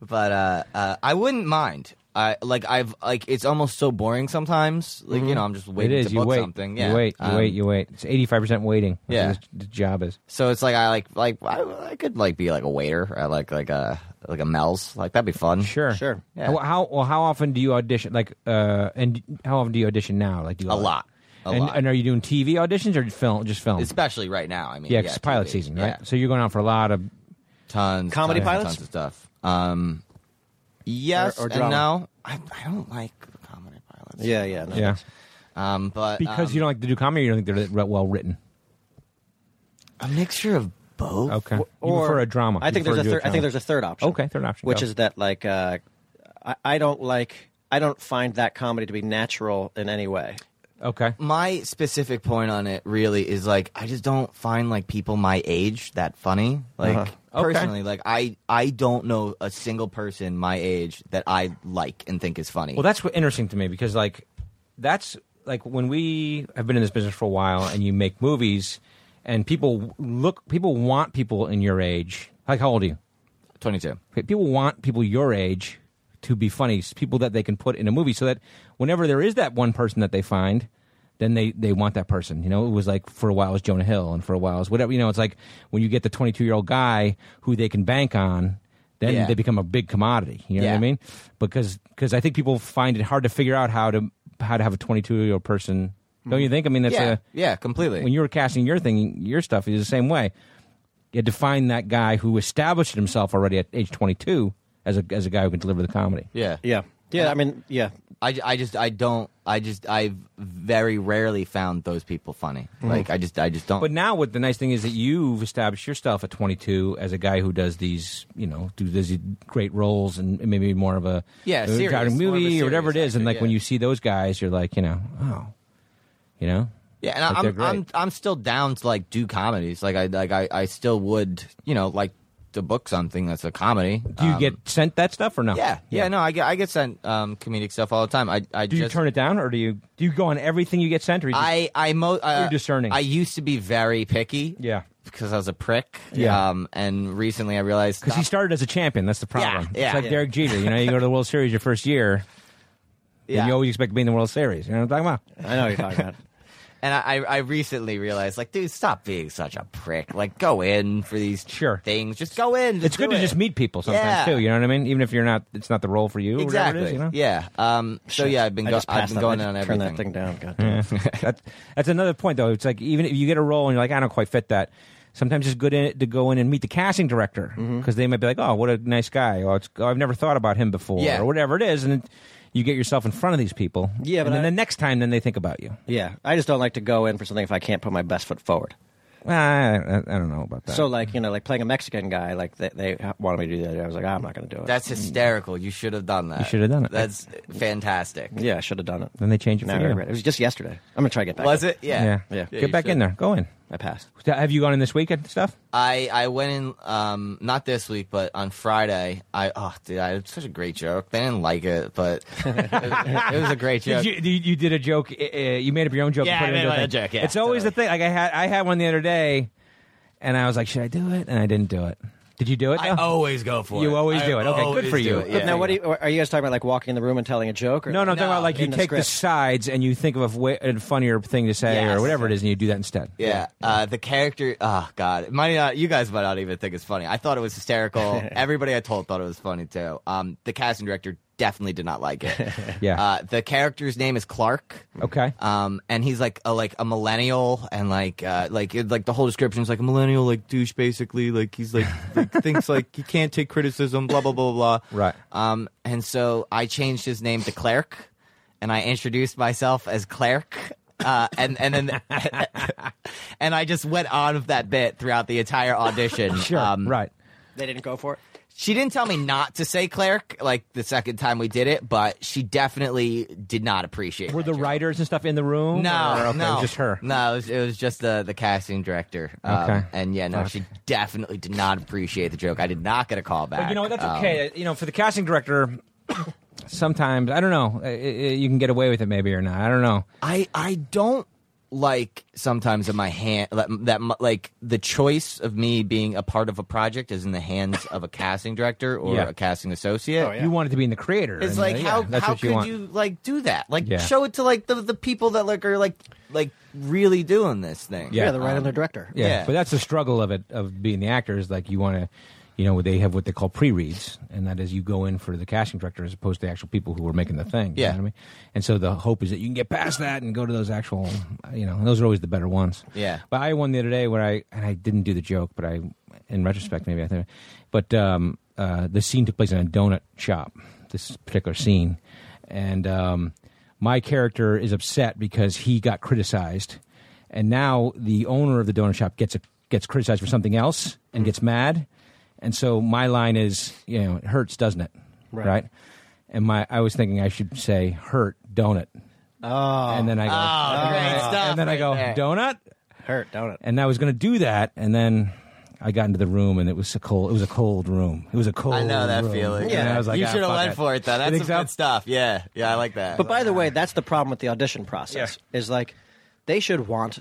but uh, uh, I wouldn't mind. I like I've like it's almost so boring sometimes. Like you know, I'm just Mm-hmm. It waiting is. to You book wait. something. Yeah, You wait. You Um, wait. You wait. It's eighty-five percent waiting. That's Yeah. what this- the job is. So it's like I like like I, I could like be like a waiter at like like a like a Mel's. Like that'd be fun. Sure. Sure. Yeah. How, how well? How often do you audition? Like, uh, and how often do you audition now? Like, do you A lot. A and, lot. and are you doing TV auditions or just film? Just film. Especially right now. I mean, yeah, 'cause it's pilot TV. season, Yeah. right? So you're going out for a lot of. tons Comedy tons, and pilots? tons of stuff um yes Or- or and drama? no I, I don't like comedy pilots yeah, yeah, no. Yeah. um but Because um, you don't like to do comedy, or you don't think they're well written. a mixture of both Okay. you Or prefer a drama. I You think prefer there's a to third. do I think drama. there's a third option. Okay, third option, which go. is that like uh, I, I don't like. I don't find that comedy to be natural in any way. Okay. my specific point on it really is like I just don't find like people my age that funny. Like Uh-huh. Okay. personally, like I I don't know a single person my age that I like and think is funny. Well, that's what interesting to me because like that's like when we have been in this business for a while and you make movies and people look people want people in your age. Like how old are you? twenty two. Okay, People want people your age to be funny, people that they can put in a movie so that whenever there is that one person that they find, then they, they want that person. You know, it was like for a while it was Jonah Hill and for a while it was whatever. You know, it's like when you get the 22 year old guy who they can bank on, then Yeah. they become a big commodity. You know what I Yeah. mean? Because cause I think people find it hard to figure out how to how to have a 22 year old person. Don't you think? I mean, that's Mm-hmm. Yeah, a yeah, completely. when you were casting your thing, your stuff is the same way. You had to find that guy who established himself already at age 22 as a as a guy who can deliver the comedy. yeah. Yeah, yeah. I mean, yeah. I, I just I don't I just I've very rarely found those people funny. Like I just I just don't. Mm-hmm. But now, what the nice thing is that you've established yourself at 22 as a guy who does these, you know, do does these great roles and maybe more of a Yeah, a serious, driving more of a movie or whatever it serious is. And actor, like when yeah. you see those guys, you're like, you know, oh, you know, yeah, and like they're I'm great. I'm I'm still down to like do comedies. Like I like I, I still would you know like to book something that's a comedy. do you Um, get sent that stuff or no? Yeah, yeah, no, I get I get sent um, comedic stuff all the time. I I Do you just turn it down or do you do you go on everything you get sent or you just, I I mo- uh, You're discerning. I used to be very picky. yeah because I was a prick. Yeah. um, and recently I realized Because he started as a champion. That's the problem. Yeah, it's yeah, like yeah. Derek Jeter. You know, you go to the World Series your first year, yeah. and you always expect to be in the World Series. You know what I'm talking about? I know what you're talking about. And I, I I recently realized, like, dude, stop being such a prick. Like, go in for these Sure. things. Just go in. It's good do to it. just meet people sometimes Yeah. too. You know what I mean? Even if you're not, it's not the role for you. or whatever Exactly. it is, you know? Yeah. Um. (laughs) So Shit. yeah, I've been I go- just I've passed been that. going I on just Turn everything. that thing down. God damn. (laughs) that's, that's another point though. It's like even if you get a role and you're like, I don't quite fit that. Sometimes it's good in, to go in and meet the casting director because Mm-hmm. they might be like, "Oh, what a nice guy! Oh, it's, oh, I've never thought about him before, Yeah. or whatever it is." And it, you get yourself in front of these people, Yeah, And but then I- the next time, then they think about you. yeah, I just don't like to go in for something if I can't put my best foot forward. Ah, I, I, I don't know about that. So, like, you know, like playing a Mexican guy, like they, they wanted me to do that. I was like, "Ah, I'm not going to do it. That's hysterical. You should have done that. You should have done it. That's fantastic. yeah, I should have done it. Then they change it Now for I you. regret it. It was just yesterday. I'm going to try to get back. Was in. it? Yeah. Yeah. Yeah. Yeah, Get you back in should. there. Go in. I passed. Have you gone in this week and stuff? I I went in um not this week but on Friday I oh dude I had such a great joke they didn't like (laughs) it but it, was- it was a great joke You, you, you did a joke. Uh, you made up your own joke. Yeah, and put I it made into my thing. own joke, yeah, it's always the totally. thing. Like I had, I had one the other day, and I was like, should I do it? And I didn't do it. Did you do it? I though? always go for You it always I do it. Okay, good always for you. do it, yeah. now, what do you, are you guys talking about? Like walking in the room and telling a joke? Or no, no, I'm talking No, about like you in the take the script. sides and you think of a, way, a funnier thing to say Yes. or whatever it is, and you do that instead. Yeah, uh, the character. Oh God, it might not. You guys might not even think it's funny. I thought it was hysterical. Everybody I told thought it was funny too. Um, the casting director definitely did not like it. Yeah. Uh, the character's name is Clark. Okay. Um, and he's like a like a millennial, and like uh, like it, like the whole description is like a millennial, like douche, basically. Like he's (laughs) like, like thinks like he can't take criticism, blah blah blah blah. (laughs) Right. Um, and so I changed his name to Clerk, and I introduced myself as Clerk. Uh, and and then (laughs) and I just went on with that bit throughout the entire audition. (laughs) Um, Sure. right. They didn't go for it? She didn't tell me not to say cleric like the second time we did it, but she definitely did not appreciate. Were that the joke. writers and stuff in the room? No, Or- okay, no, just her. No, it was, it was just the the casting director. Um, Okay. and yeah, no, she definitely did not appreciate the joke. I did not get a call back. But you know what? That's Um, okay. you know, for the casting director, (coughs) sometimes I don't know. uh, uh, you can get away with it, maybe or not. I don't know. I I don't like sometimes in my hand that, that mu- like the choice of me being a part of a project is in the hands of a casting director or Yeah. a casting associate. You want it to be in the creator. It's and, like uh, yeah, how that's how what you could want. you like do that? Like Yeah. show it to like the the people that like are like like really doing this thing. Yeah. yeah, the writer and the director. Yeah, Yeah. but that's the struggle of it of being the actor is like you want to, you know, they have what they call pre-reads, and that is you go in for the casting director as opposed to the actual people who are making the thing. you Yeah. know what I mean, and so the hope is that you can get past that and go to those actual, you know, those are always the better ones. Yeah. but I had one the other day where I and I didn't do the joke, but I, in retrospect, maybe I think, but um, uh, the scene took place in a donut shop. This particular scene, and um, my character is upset because he got criticized, and now the owner of the donut shop gets a, gets criticized for something else and gets mad, and so my line is, you know, it hurts, doesn't it? Right. And my, I was thinking I should say hurt donut. Oh, and then I go, Oh, great stuff and then I right go there. donut Hurt, don't it? and I was going to do that, and then I got into the room, and it was a cold. It was a cold room. It was a cold. I know that room. feeling. Oh, And I was like, you ah, should have fuck went for it though. That's You some think so? good stuff. Yeah, yeah, I like that. But by the way, that's the problem with the audition process. Is like they should want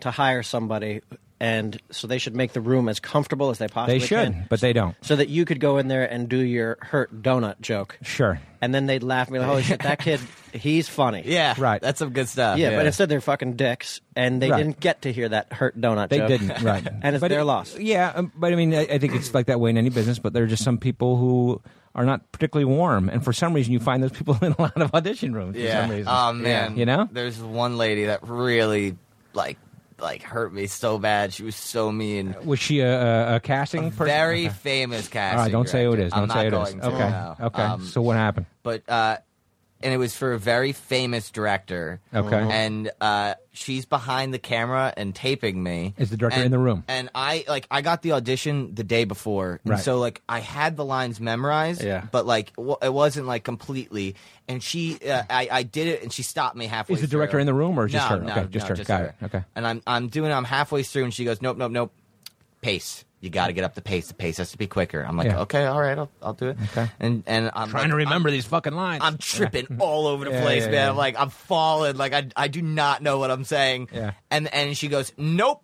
to hire somebody, and so they should make the room as comfortable as they possibly They should, can, but they don't. so that you could go in there and do your hurt donut joke, Sure. and then they'd laugh and be like, "Holy shit, that kid, he's funny." yeah, Right. That's some good stuff. yeah, But instead, they're fucking dicks, and they Right. didn't get to hear that hurt donut. They joke. (laughs) didn't, right? and it's But their it- loss. Yeah, um, but I mean, I, I think it's like that way in any business. But there are just some people who are not particularly warm, and for some reason, you find those people (laughs) in a lot of audition rooms. For yeah. some reason. Oh man, You know? there's one lady that really like like hurt me so bad. She was so mean. was she a, a, a casting person? Very famous casting. All right, don't say who it director. is. I'm Don't not say who it is. going to, Okay. no. Okay. Um, so what happened? but uh, and it was for a very famous director. Okay. And uh, she's behind the camera and taping me. Is the director And- in the room? And I like I got the audition the day before, and Right. so like I had the lines memorized. Yeah. But like it wa- it wasn't like completely. And she, uh, I, I did it, and she stopped me halfway. Is the director through. in the room or just no, her? No, Okay, no, just her. Got it. Okay. And I'm I'm doing. it, I'm halfway through, and she goes, "Nope, nope, nope." Pace. You got to get up the pace. The pace has to be quicker. I'm like, Yeah. okay, all right, I'll, I'll do it. Okay. And and I'm Trying like, to I'm- remember these fucking lines. I'm tripping all over the place, yeah, man. yeah. I'm like, I'm falling. Like, I, I do not know what I'm saying. Yeah. And and she goes, nope.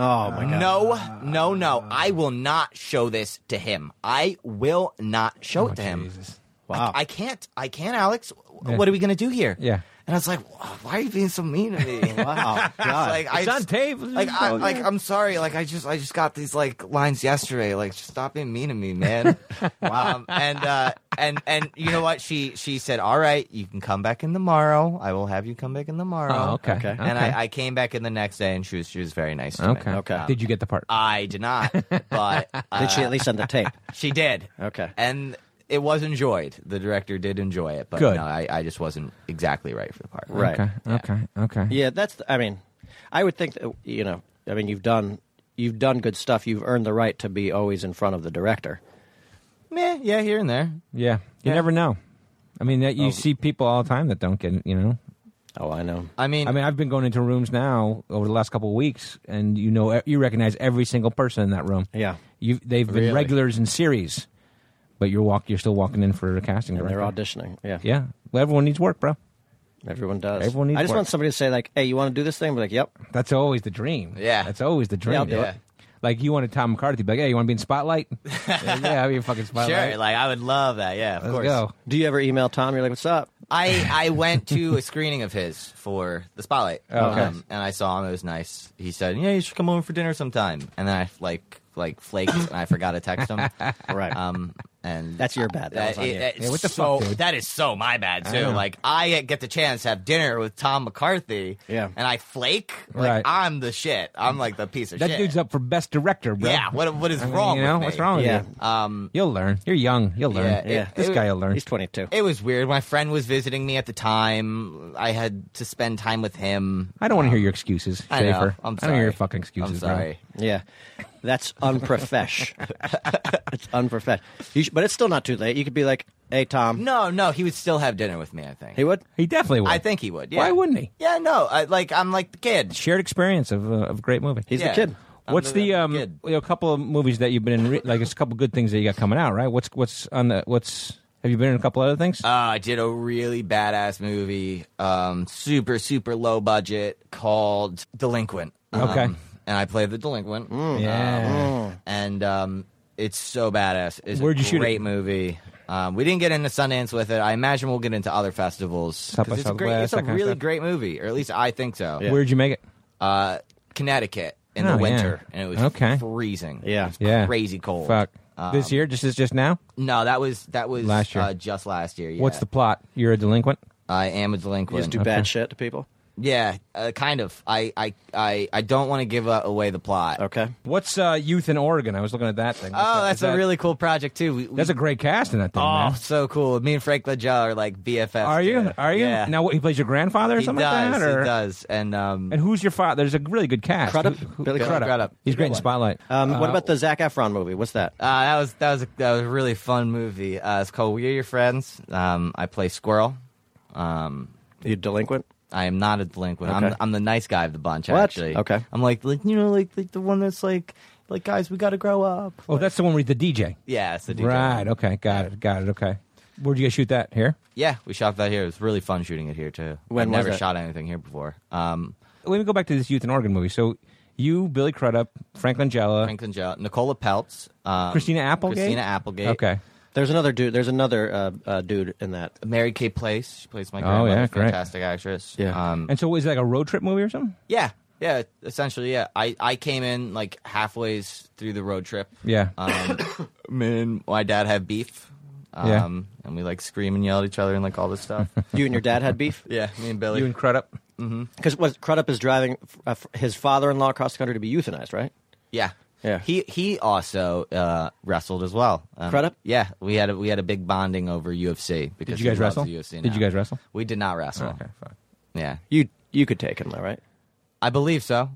Oh my god! No, no, no. I will not show this to him. I will not show it to him. Oh, Jesus. Wow. I, I can't. I can't, Alex. W- Yeah. What are we going to do here? Yeah. And I was like, why are you being so mean to me? (laughs) (laughs) wow, God. Like, It's I on just- tape. Like, I, like I'm sorry. Like, I just, I just got these like lines yesterday. Like, just stop being mean to me, (laughs) man. wow. Um, and uh, and and you know what? She she said, all right, you can come back in tomorrow. I will have you come back in tomorrow. Oh, okay. Okay. And okay. I, I came back in the next day, and she was she was very nice to Okay. me. Um, Okay. Did you get the part? I did not, (laughs) but uh, Did she at least send the tape? she did. Okay. And it was enjoyed. The director did enjoy it, but Good. no, I, I just wasn't exactly right for the part. Right. Okay. Okay. Okay. Yeah, that's. The, I mean, I would think that you know. I mean, you've done you've done good stuff. You've earned the right to be always in front of the director. Meh, yeah, here and there. Yeah. You Yeah. never know. I mean, that you see people all the time that don't get it. You know. Oh, I know. I mean, I mean, I've been going into rooms now over the last couple of weeks, and you know, e, you recognize every single person in that room. Yeah. You, they've been Really? regulars in series, but you're walk, you're still walking in for a casting And they're director. auditioning. Yeah. Yeah. Well, everyone needs work, bro. Everyone does. Everyone needs I just work. want somebody to say like, "Hey, you want to do this thing?" Be like, "Yep." That's always the dream. Yeah. That's always the dream. I'll do it. Like you wanted Tom McCarthy, be like, hey, you want to be in (laughs) Spotlight? yeah, yeah, I'll be in fucking Spotlight. sure. Like, I would love that. Yeah, of Let's course. go. Do you ever email Tom? You're like, "What's (laughs) up?" I, I went to a screening of his for the Spotlight, Oh, Um, Okay. and I saw him. It was nice. He said, "Yeah, you should come over for dinner sometime." And then I like like flaked, and I forgot to text (laughs) him. Right. Uh, Um, and That's your bad. That was on it- you. that's Yeah, what the so, fuck, dude? That is so my bad too. know. Like I get the chance to have dinner with Tom McCarthy, Yeah. and I flake. Like Right. I'm the shit. I'm like the piece of That shit. dude's up for best director, bro. Yeah. What what is I mean, wrong? You know with me? what's wrong with Yeah. you? Um, You'll learn. You're young. You'll learn. Yeah, yeah. This It- guy will learn. He's 22. it was weird. My friend was visiting me at the time. I had to spend time with him. I don't want to hear your excuses, I know. Schaefer. I'm I don't hear your sorry. fucking excuses, I'm sorry. yeah. That's (laughs) unprofesh. it's unprofesh. You sh- but it's still not too late. You could be like, "Hey, Tom." No, no, he would still have dinner with me. I think He would. He definitely would. I think he would. Yeah. Why wouldn't he? Yeah, no. I, like I'm like the kid. Shared experience of, uh, of a great movie. He's Yeah. the kid. I'm What's the I'm um, you kid. know, a couple of movies that you've been in? Re- like, it's a couple good things that you got coming out, right? What's what's on the what's? Have you been in a couple other things? Uh, I did a really badass movie, um, super super low budget called Delinquent. Um, Okay. and I played the delinquent. Mm. Oh. yeah, and um, it's so badass. It's Where'd a you shoot it? great movie. Um, we didn't get into Sundance with it. I imagine we'll get into other festivals. South by 'cause it's a great, Southwest, it's a that kind of really stuff. great movie, or at least I think so. where'd you make it? Uh, Connecticut in Oh, the yeah. winter, and it was Okay. freezing. Yeah. It was Yeah, crazy cold. Fuck. Um, this year, just is just now. No, that was that was Last year. Uh, just last year. Yeah. What's the plot? You're a delinquent. I am You a just delinquent. do bad shit to people. yeah, uh, kind of. I I I, I don't want to give uh, away the plot. Okay. What's uh, youth in Oregon? I was looking at that thing. What's Oh, that- that's is that- a really cool project too. We, we, that's a great cast in that thing. oh, man. so cool. Me and Frank Lajell are like BFFs. Are you? dude. Are you? Yeah. Now what, he plays your grandfather or he something does. like that, or He does. And um, and who's your father? There's a really good cast. Crudup? Who- who- Billy Crudup. Crudup. He's great in Spotlight. Uh, Um, what about the Zac Efron movie? What's that? uh, that was that was a, that was a really fun movie. Uh, it's called We're Your Friends. Um, I play Squirrel. Um, You delinquent. I am not a delinquent. Okay. I'm I'm the nice guy of the bunch. What? Actually, Okay. I'm like like you know like like the one that's like like guys we got to grow up. Oh, that's the one with the DJ. Yeah, it's the DJ. Right. Okay. Got it. Got it. Okay. Where'd you guys shoot that? Here. Yeah, we shot that here. It was really fun shooting it here too. When I've was never it? shot anything here before. Um, Let me go back to this Youth in Oregon movie. So you, Billy Crudup, Frank Langella, Franklin Joe, Nicola Peltz, um, Christina Applegate. Christina Applegate. Okay. There's another dude. There's another uh, uh, dude in that. Mary Kay Place. She plays my Oh, grandmother. yeah, great. fantastic actress. Yeah. Um, And so is it like a road trip movie or something? yeah, yeah. Essentially, yeah. I, I came in like halfway through the road trip. Yeah. Um, (coughs) me and my dad had beef. Um, Yeah. And we like scream and yell at each other and like all (laughs) this stuff. You and your dad had (laughs) beef yeah, me and Billy. you and Crudup. because what Crudup is driving uh, f- his father-in-law across the country to be euthanized, right? yeah. Yeah. He he also uh, wrestled as well. Um, Crudup? Yeah, we had a, we had a big bonding over UFC because Did you he guys loves wrestle? the UFC Did you now. guys wrestle? We did not wrestle. Okay. Fine. Yeah, You you could take him though, right? I believe so.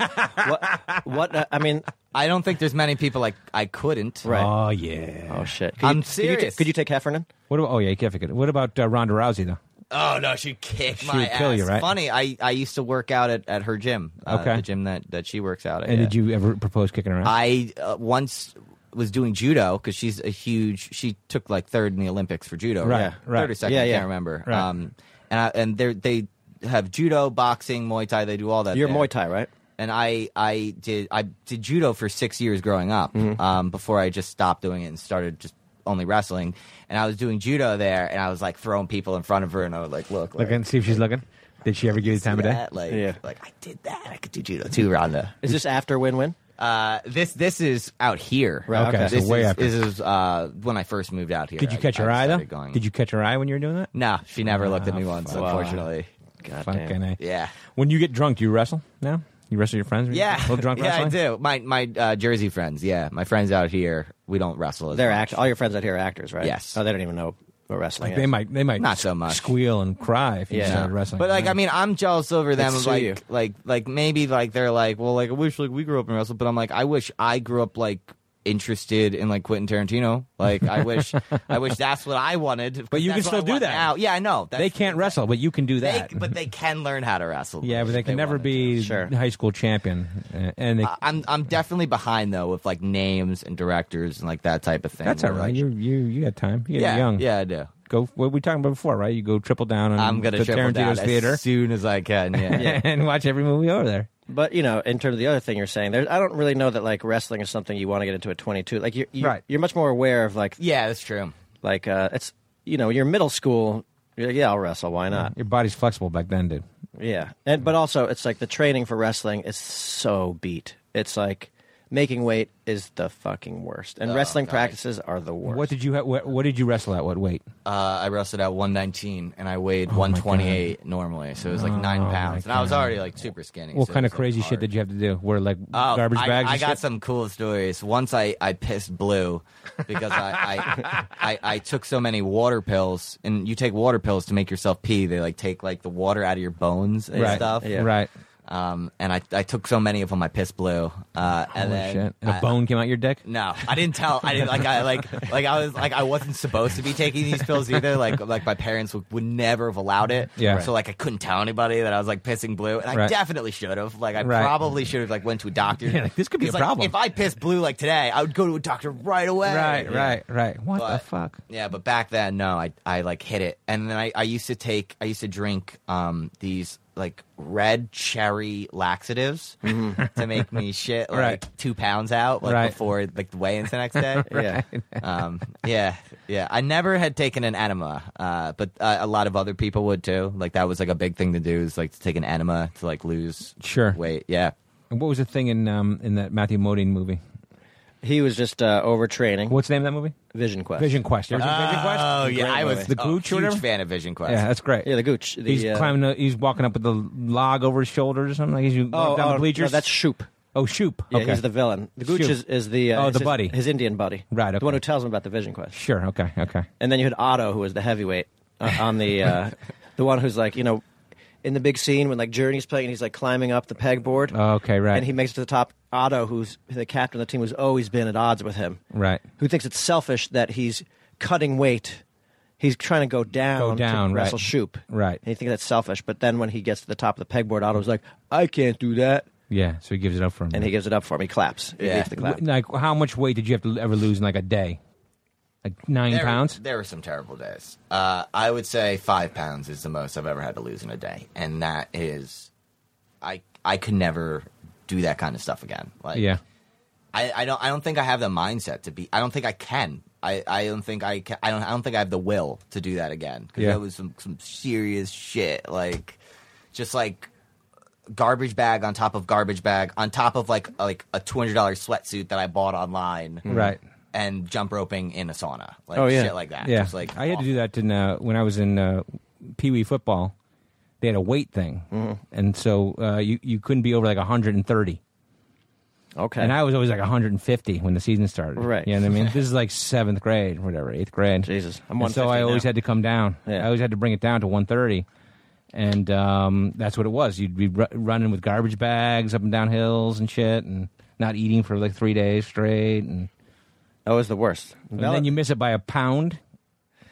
What? what? Uh, I mean, I don't think there's many people like I couldn't. right? Oh yeah. (laughs) oh shit! Could I'm you, could you ta- serious. Could you, take Heffernan? What about? Oh yeah. You could. What about uh, Ronda Rousey though? Oh no, she'd kick She my would kill ass. you, right? Funny, I, I used to work out at, at her gym, uh, Okay. the gym that, that she works out at. And yeah. did you ever propose kicking her ass? I uh, once was doing judo because she's a huge. She took like third in the Olympics for judo, Right, Yeah. right. Third or second, Yeah, I yeah. can't remember. Right. Um, and I, and they they have judo, boxing, Muay Thai. They do all that. You're there. Muay Thai, right? and I I did I did judo for six years growing up Mm-hmm. um, before I just stopped doing it and started just only wrestling. And I was doing judo there, and I was like throwing people in front of her, and I would like look, like, Look and see if she's looking. Did she ever give you the time of day? that, like, Yeah. like I did that. I could do judo too, Rhonda. Is this after Win Win? Uh, this this is out here. Right, okay. Okay, so This way is, after. this is uh, when I first moved out here. Did you I- catch her I eye though? started Going, Did you Ah, catch her eye when you were doing that? No, she never looked at me once, fuck. unfortunately. God Fucking A. Yeah. When you get drunk, do you wrestle now? You wrestle your friends? when you- Yeah, A little drunk (laughs) yeah, wrestling? I do. My my uh, Jersey friends, yeah, my friends out here, we don't wrestle. As They're much. act- all your friends out here are actors, right? Yes. Oh, they don't even know what wrestling They is. might, they might Not so s- much. squeal and cry if you Yeah. started wrestling. But like, I mean, I'm jealous over them. They'd Of, sue like, you. like, like maybe like they're like, well, like I wish like we grew up in wrestling, but I'm like, I wish I grew up like interested in like Quentin Tarantino. Like, (laughs) I wish, I wish that's what I wanted. But you That's can still what I do want that. now. Yeah, I know. That's, they can't wrestle, but you can do They, that. but they can learn how to wrestle. yeah, but they if can never wanted be to. Sure. high school champion. Uh, And they, I- I'm I'm definitely behind though with like names and directors and like that type of thing. that's all Where, right. like- You you you got time. You're yeah, young. yeah, I do. Go. What we talking about before, right? You go triple down on I'm gonna Mm, the triple down Tarantino's theater as soon as I can. Yeah. (laughs) and watch every movie over there. But you know, in terms of the other thing you're saying, there, I don't really know that like wrestling is something you want to get into at 22. Like you're, you're, Right. you're much more aware of like yeah, that's true. like uh, it's you know, your middle school. You're like, yeah, I'll wrestle. Why not? Your body's flexible back then, dude. Yeah, and but also it's like the training for wrestling is so beat. It's like making weight is the fucking worst, and wrestling practices are the worst. What did you ha- what, what did you wrestle at? What weight? uh, I wrestled at 119 and I Oh weighed 128 normally, so it was like nine pounds, and I was already like super skinny. What so it kind of was, like, crazy shit hard. did you have to do? Were like Oh, garbage I, bags? I and got shit? some cool stories. Once I, I pissed blue (laughs) because I I, I I took so many water pills, and you take water pills to make yourself pee. They like take like the water out of your bones and right. stuff. Yeah. Right. Um, and I, I took so many of them, I pissed blue. Uh, and Holy then shit. And a I- bone came out your dick? No, I didn't tell. I didn't like. I like. Like I was like I wasn't supposed to be taking these pills either. Like like my parents would, would never have allowed it. Yeah. So like I couldn't tell anybody that I was like pissing blue, and I Right. definitely should have. Like I Right. probably should have like went to a doctor. Yeah, like, this could be 'Cause, a like, problem. If I pissed blue like today, I would go to a doctor right away. Right, Yeah. right, right. What the But- fuck? Yeah, but back then, no, I I like hit it, and then I, I used to take I used to drink um these like red cherry laxatives to make (laughs) me shit like Mm-hmm. Right. two pounds out like Right. before like the weigh-ins the next (laughs) day. Yeah. (laughs) um, yeah, yeah. I never had taken an enema, uh, but uh, a lot of other people would too. Like that was like a big thing to do is like to take an enema to like lose Sure. weight. Yeah, And what was the thing in um, in that Matthew Modine movie? He was just uh, overtraining. What's the name of that movie? Vision Quest. Vision Quest. You ever seen Vision Quest? Oh yeah, I was movie. The a Gooch or huge whatever? fan of Vision Quest. Yeah, that's great. Yeah, the gooch. The, he's uh, climbing. The, he's walking up with the log over his shoulders or something. Like he's Oh, down oh, the bleachers. No, that's Shoop. oh, Shoop. Yeah, okay. he's the villain. The gooch Shoop. is, is the uh, Oh, it's the his, buddy. his Indian buddy, Right, okay. The one who tells him about the Vision Quest. Sure. Okay. Okay. And then you had Otto, who was the heavyweight uh, on the (laughs) uh, the one who's like you know in the big scene when like Journey's playing, and he's like climbing up the pegboard. Oh, okay. Right. And he makes it to the top. Otto, who's the captain of the team, who's always been at odds with him, Right. Who thinks it's selfish that he's cutting weight. He's trying to go down, Go down, to right. wrestle Shoop, Right. And he thinks that's selfish. But then when he gets to the top of the pegboard, Otto's like, "I can't do that," yeah. So he gives it up for him. and he gives it up for him. He claps. He Yeah. leaves the clap. W- like, how much weight did you have to ever lose in like a day? Like nine there, pounds. There were some terrible days. Uh, I would say five pounds is the most I've ever had to lose in a day, and that is, I I could never do that kind of stuff again. Like, yeah. I, I don't I don't think I have the mindset to be. I don't think I can. I, I don't think I can, I don't I don't think I have the will to do that again because Yeah. that was some some serious shit. Like, just like garbage bag on top of garbage bag on top of like like a two hundred dollar sweatsuit that I bought online. Mm. Right. And jump roping in a sauna, like Oh, yeah. shit like that. Yeah. Just, like I had to awful. do that in uh, when I was in uh, Pee Wee football. They had a weight thing, and so uh, you you couldn't be over like 130. Okay. And I was always like 150 when the season started. Right. You know what I mean? this is like seventh grade, whatever, eighth grade. Jesus, I'm And So 150 I always now. had to come down. Yeah. I always had to bring it down to 130. And um, that's what it was. You'd be ru- running with garbage bags up and down hills and shit and not eating for like three days straight. And, That was the worst. and then you miss it by a pound.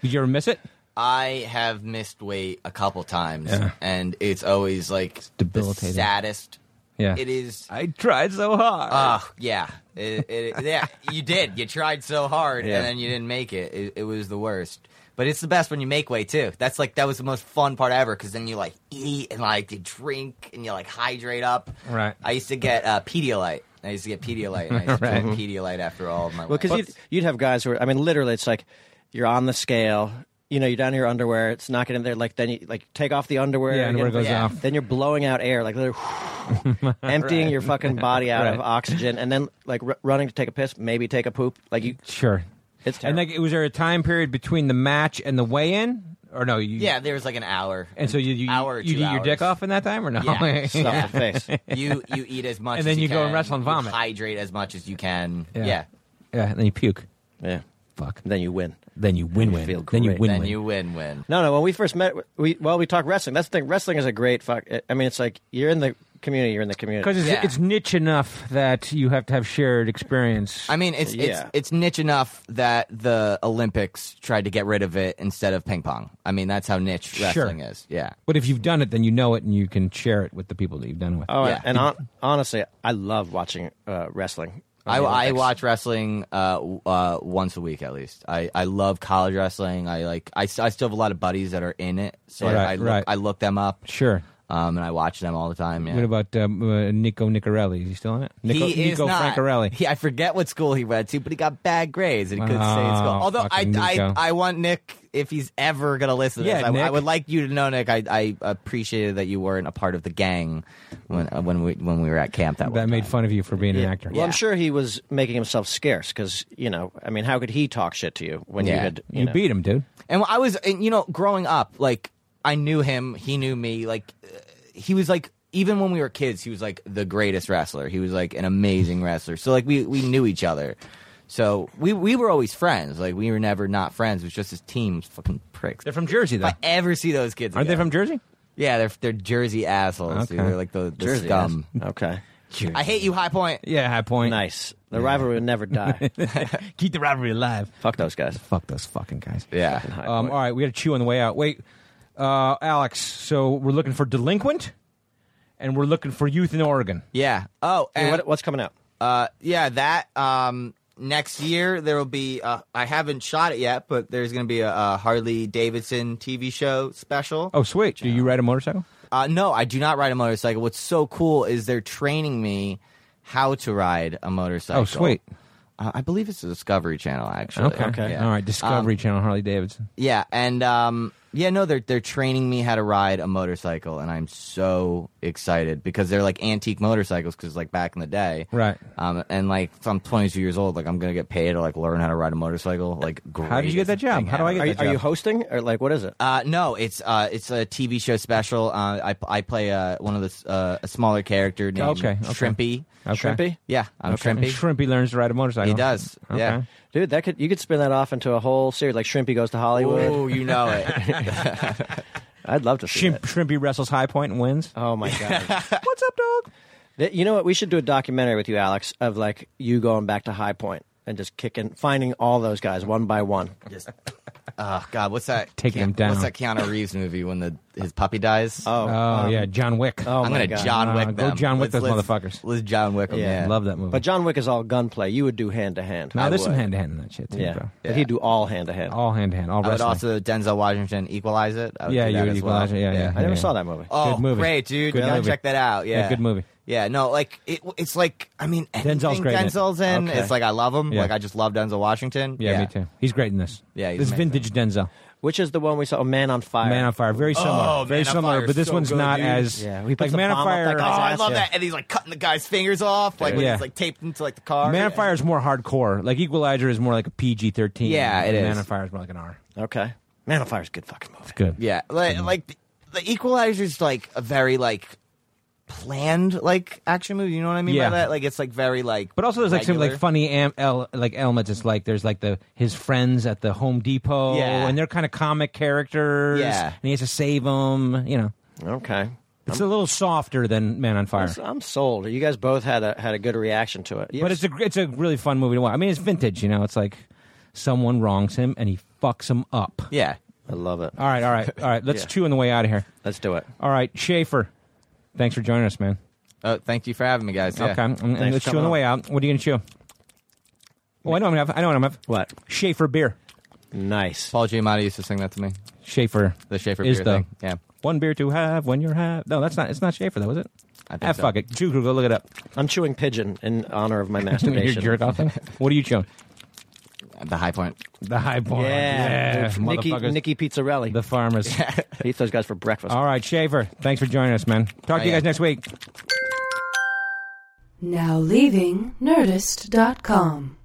Did you ever miss it? I have missed weight a couple times, Yeah. and it's always like debilitating. the saddest. Yeah. It is. I tried so hard. Oh yeah, It- it- yeah. You did. You tried so hard, Yeah. and then you didn't make it. it. It was the worst. But it's the best when you make weight too. That's like that was the most fun part ever because then you like eat and like you drink and you like hydrate up. Right. I used to get uh, Pedialyte. I used to get Pedialyte. And I used (laughs) to Right. drink Pedialyte after all of my. Well, because work. you'd, you'd have guys who are, I mean, literally, it's like you're on the scale. You know, you're down in your underwear. It's not getting there. Like then you like take off the underwear. Yeah, and underwear get- goes Yeah. off. Then you're blowing out air, like (laughs) literally (laughs) emptying your fucking body out of Right. oxygen, and then like r- running to take a piss, maybe take a poop. Like you, Sure. it's And terrible. like, was there a time period between the match and the weigh in? Or no? You, yeah, there was like an hour. And so you, you, hour or you two eat your dick hours. off in that time or no? (laughs) Yeah. Stuff in the face. you you eat as And much as then you go and can. wrestle and You vomit. hydrate as much as you can Yeah. yeah, Yeah, and then you puke. Yeah, Fuck. then you win. Then you win win. feel Then you great. win then win. you win win No, no. When we first met, we well, we talked wrestling. That's the thing. Wrestling is a great fuck. I mean, it's like you're in the community. You're in the community. Because it's, Yeah. it's niche enough that you have to have shared experience. i mean it's Yeah. it's it's niche enough that the olympics tried to get rid of it instead of ping pong i mean that's how niche Sure. wrestling is yeah but if you've done it, then you know it and you can share it with the people that you've done it with. Oh, Yeah. and hon- honestly, I love watching uh, wrestling. I, on the I Olympics. watch wrestling uh, w- uh, once a week at least. I, I love college wrestling. I like I, s- I still have a lot of buddies that are in it, so Right, I, I, look, right. I look them up, Sure. um, and I watch them all the time. Yeah. What about um, uh, Nico Nicorelli? Is he still in it? Nico, he Nico is not. Francarelli. He, I forget what school he went to, but he got bad grades and he couldn't stay in Wow, school. Although I, Oh, fucking I, Nico. I want Nick, if he's ever going to listen to Yeah, this, I, I Nick. would like you to know, Nick, I, I appreciated that you weren't a part of the gang when uh, when we when we were at camp that, that one made time. fun of you for being an actor. Well, I'm sure he was making himself scarce because you know, I mean, how could he talk shit to you when you Yeah. had you, You know- beat him, dude. And I was, and, you know, growing up, like I knew him, he knew me. Like uh, he was like, even when we were kids, he was like the greatest wrestler. He was like an amazing wrestler. So like we we knew each other. So we we were always friends. Like we were never not friends. It was just his team's fucking pricks. They're from Jersey, though. If I ever see those kids, Aren't they again- from Jersey? Yeah, they're they're Jersey assholes. dude. Okay. They're like the, the Jersey scum. ass. Okay. I hate you, High Point. Yeah, high point. Nice. The rivalry would never (laughs) die. Keep the rivalry alive. Fuck those guys. Fuck those fucking guys. Yeah. High Um, point. all right, we got to chew on the way out. Wait, uh, Alex. So we're looking for delinquent, and we're looking for youth in Oregon. Yeah. Oh, Hey, and, what, what's coming out? uh, yeah, that um, next year there will be. Uh, I haven't shot it yet, but there's going to be a, a Harley Davidson TV show special. Oh, sweet. Do you ride a motorcycle? Uh, no, I do not ride a motorcycle. What's so cool is they're training me how to ride a motorcycle. Oh, sweet. Uh, I believe it's a Discovery Channel, actually. Okay. Yeah. All right. Discovery Um, Channel, Harley Davidson. yeah, and um, yeah, no, they're they're training me how to ride a motorcycle, and I'm so excited because they're like antique motorcycles, because like back in the day, Right. Um, and like if I'm 22 years old, like I'm gonna get paid to like learn how to ride a motorcycle. Like, great How did you get that job? How do I get Are you, that are you job? hosting or like what is it? Uh, no, it's uh, it's a TV show special. Uh, I I play uh, one of the s- uh, a smaller character named Okay, okay. Shrimpy. Shrimpy? Yeah, I'm And Shrimpy. Shrimpy learns to ride a motorcycle. He does. Okay. Yeah. Dude, that could you could spin that off into a whole series like Shrimpy goes to Hollywood. Oh, you know (laughs) it. I'd love to see Shrimp, that. Shrimpy wrestles High Point and wins. Oh my god. (laughs) What's up, dog? That- you know what? We should do a documentary with you, Alex, of like you going back to High Point and just kicking, finding all those guys one by one. Just, (laughs) oh God, what's that? Taking Keanu- him down. What's that Keanu Reeves movie when the his puppy dies? Oh, Oh, yeah, John Wick. oh I'm my gonna God. John Wick Uh, go them. John Wick Let's- those let's- motherfuckers. Let's John Wick them. Yeah. Yeah, Love that movie. But John Wick is all gunplay. You would do hand to hand. now there's some would. hand to hand in that shit too, yeah. bro. but he'd do all hand to hand. All hand to hand, all I would wrestling. also Denzel Washington equalize it. I would yeah, do you that would as equalize well. it. Yeah, yeah. I never saw that movie. Oh, Good movie. great, dude! Good you gotta movie. check that out. Yeah, Yeah. good movie. Yeah, no, like it, it's like I mean, anything great in it. Denzel's in, Okay. it's like I love him. Yeah. Like I just love Denzel Washington. Yeah, me too. He's great in this. Yeah, he's this is amazing. vintage Denzel. Which is the one we saw? Oh, Man on Fire. Man on Fire, very similar, Oh, Man very on similar, Fire but this is so one's good, not dude. as Yeah, he like puts the Man on bomb up that Fire. Oh, guy's I ass, love yeah. that, and he's like cutting the guy's fingers off, like when Yeah. he's like taped into like the car. Man on Fire is more hardcore. Like Equalizer is more like a PG thirteen. Yeah, it Man is. on Fire is more like an R. Okay. Man on Fire is a good fucking movie. Good. Yeah, like, Mm-hmm. like the, the Equalizer's like a very like planned like action movie. You know what I mean Yeah. by that? Like it's like very like, But also, there's like some regular. like funny am- el- like elements. It's like there's like the his friends at the Home Depot, Yeah. and they're kind of comic characters. Yeah. and he has to save them. You know, Okay. it's a little softer than Man on Fire, So uh, I'm sold. You guys both had a had a good reaction to it. You ever but it's a it's a really fun movie to watch. I mean, it's vintage. You know, it's like someone wrongs him and he fucks him up. Yeah, I love it. All right, all right, all (laughs) right. Let's Yeah. chew on the way out of here. Let's do it. All right, Schaefer, thanks for joining us, man. Oh, thank you for having me, guys. Yeah. Okay, I'm, I'm Thanks gonna for chew on the coming way out. What are you gonna chew? Oh, I know what I'm gonna have. I know what I'm gonna have. What? Schaefer beer. Nice. Paul Giamatti used to sing that to me. Schaefer. The Schaefer is beer the thing. Yeah. one beer to have when you're half. No, that's not. It's not Schaefer though, is it? I think ah, so. fuck it. Chew, go look it up. (laughs) I'm chewing pigeon in honor of my Your masturbation. jerk (laughs) off thing. What are you chewing? The high point. The high point. Yeah, dude. Nikki, motherfuckers. Nikki Pizzarelli. The (laughs) farmers. he eats those guys for breakfast. All right, Schaefer. Thanks for joining us, man. Talk to you Oh, yeah. guys next week. Now leaving Nerdist.com.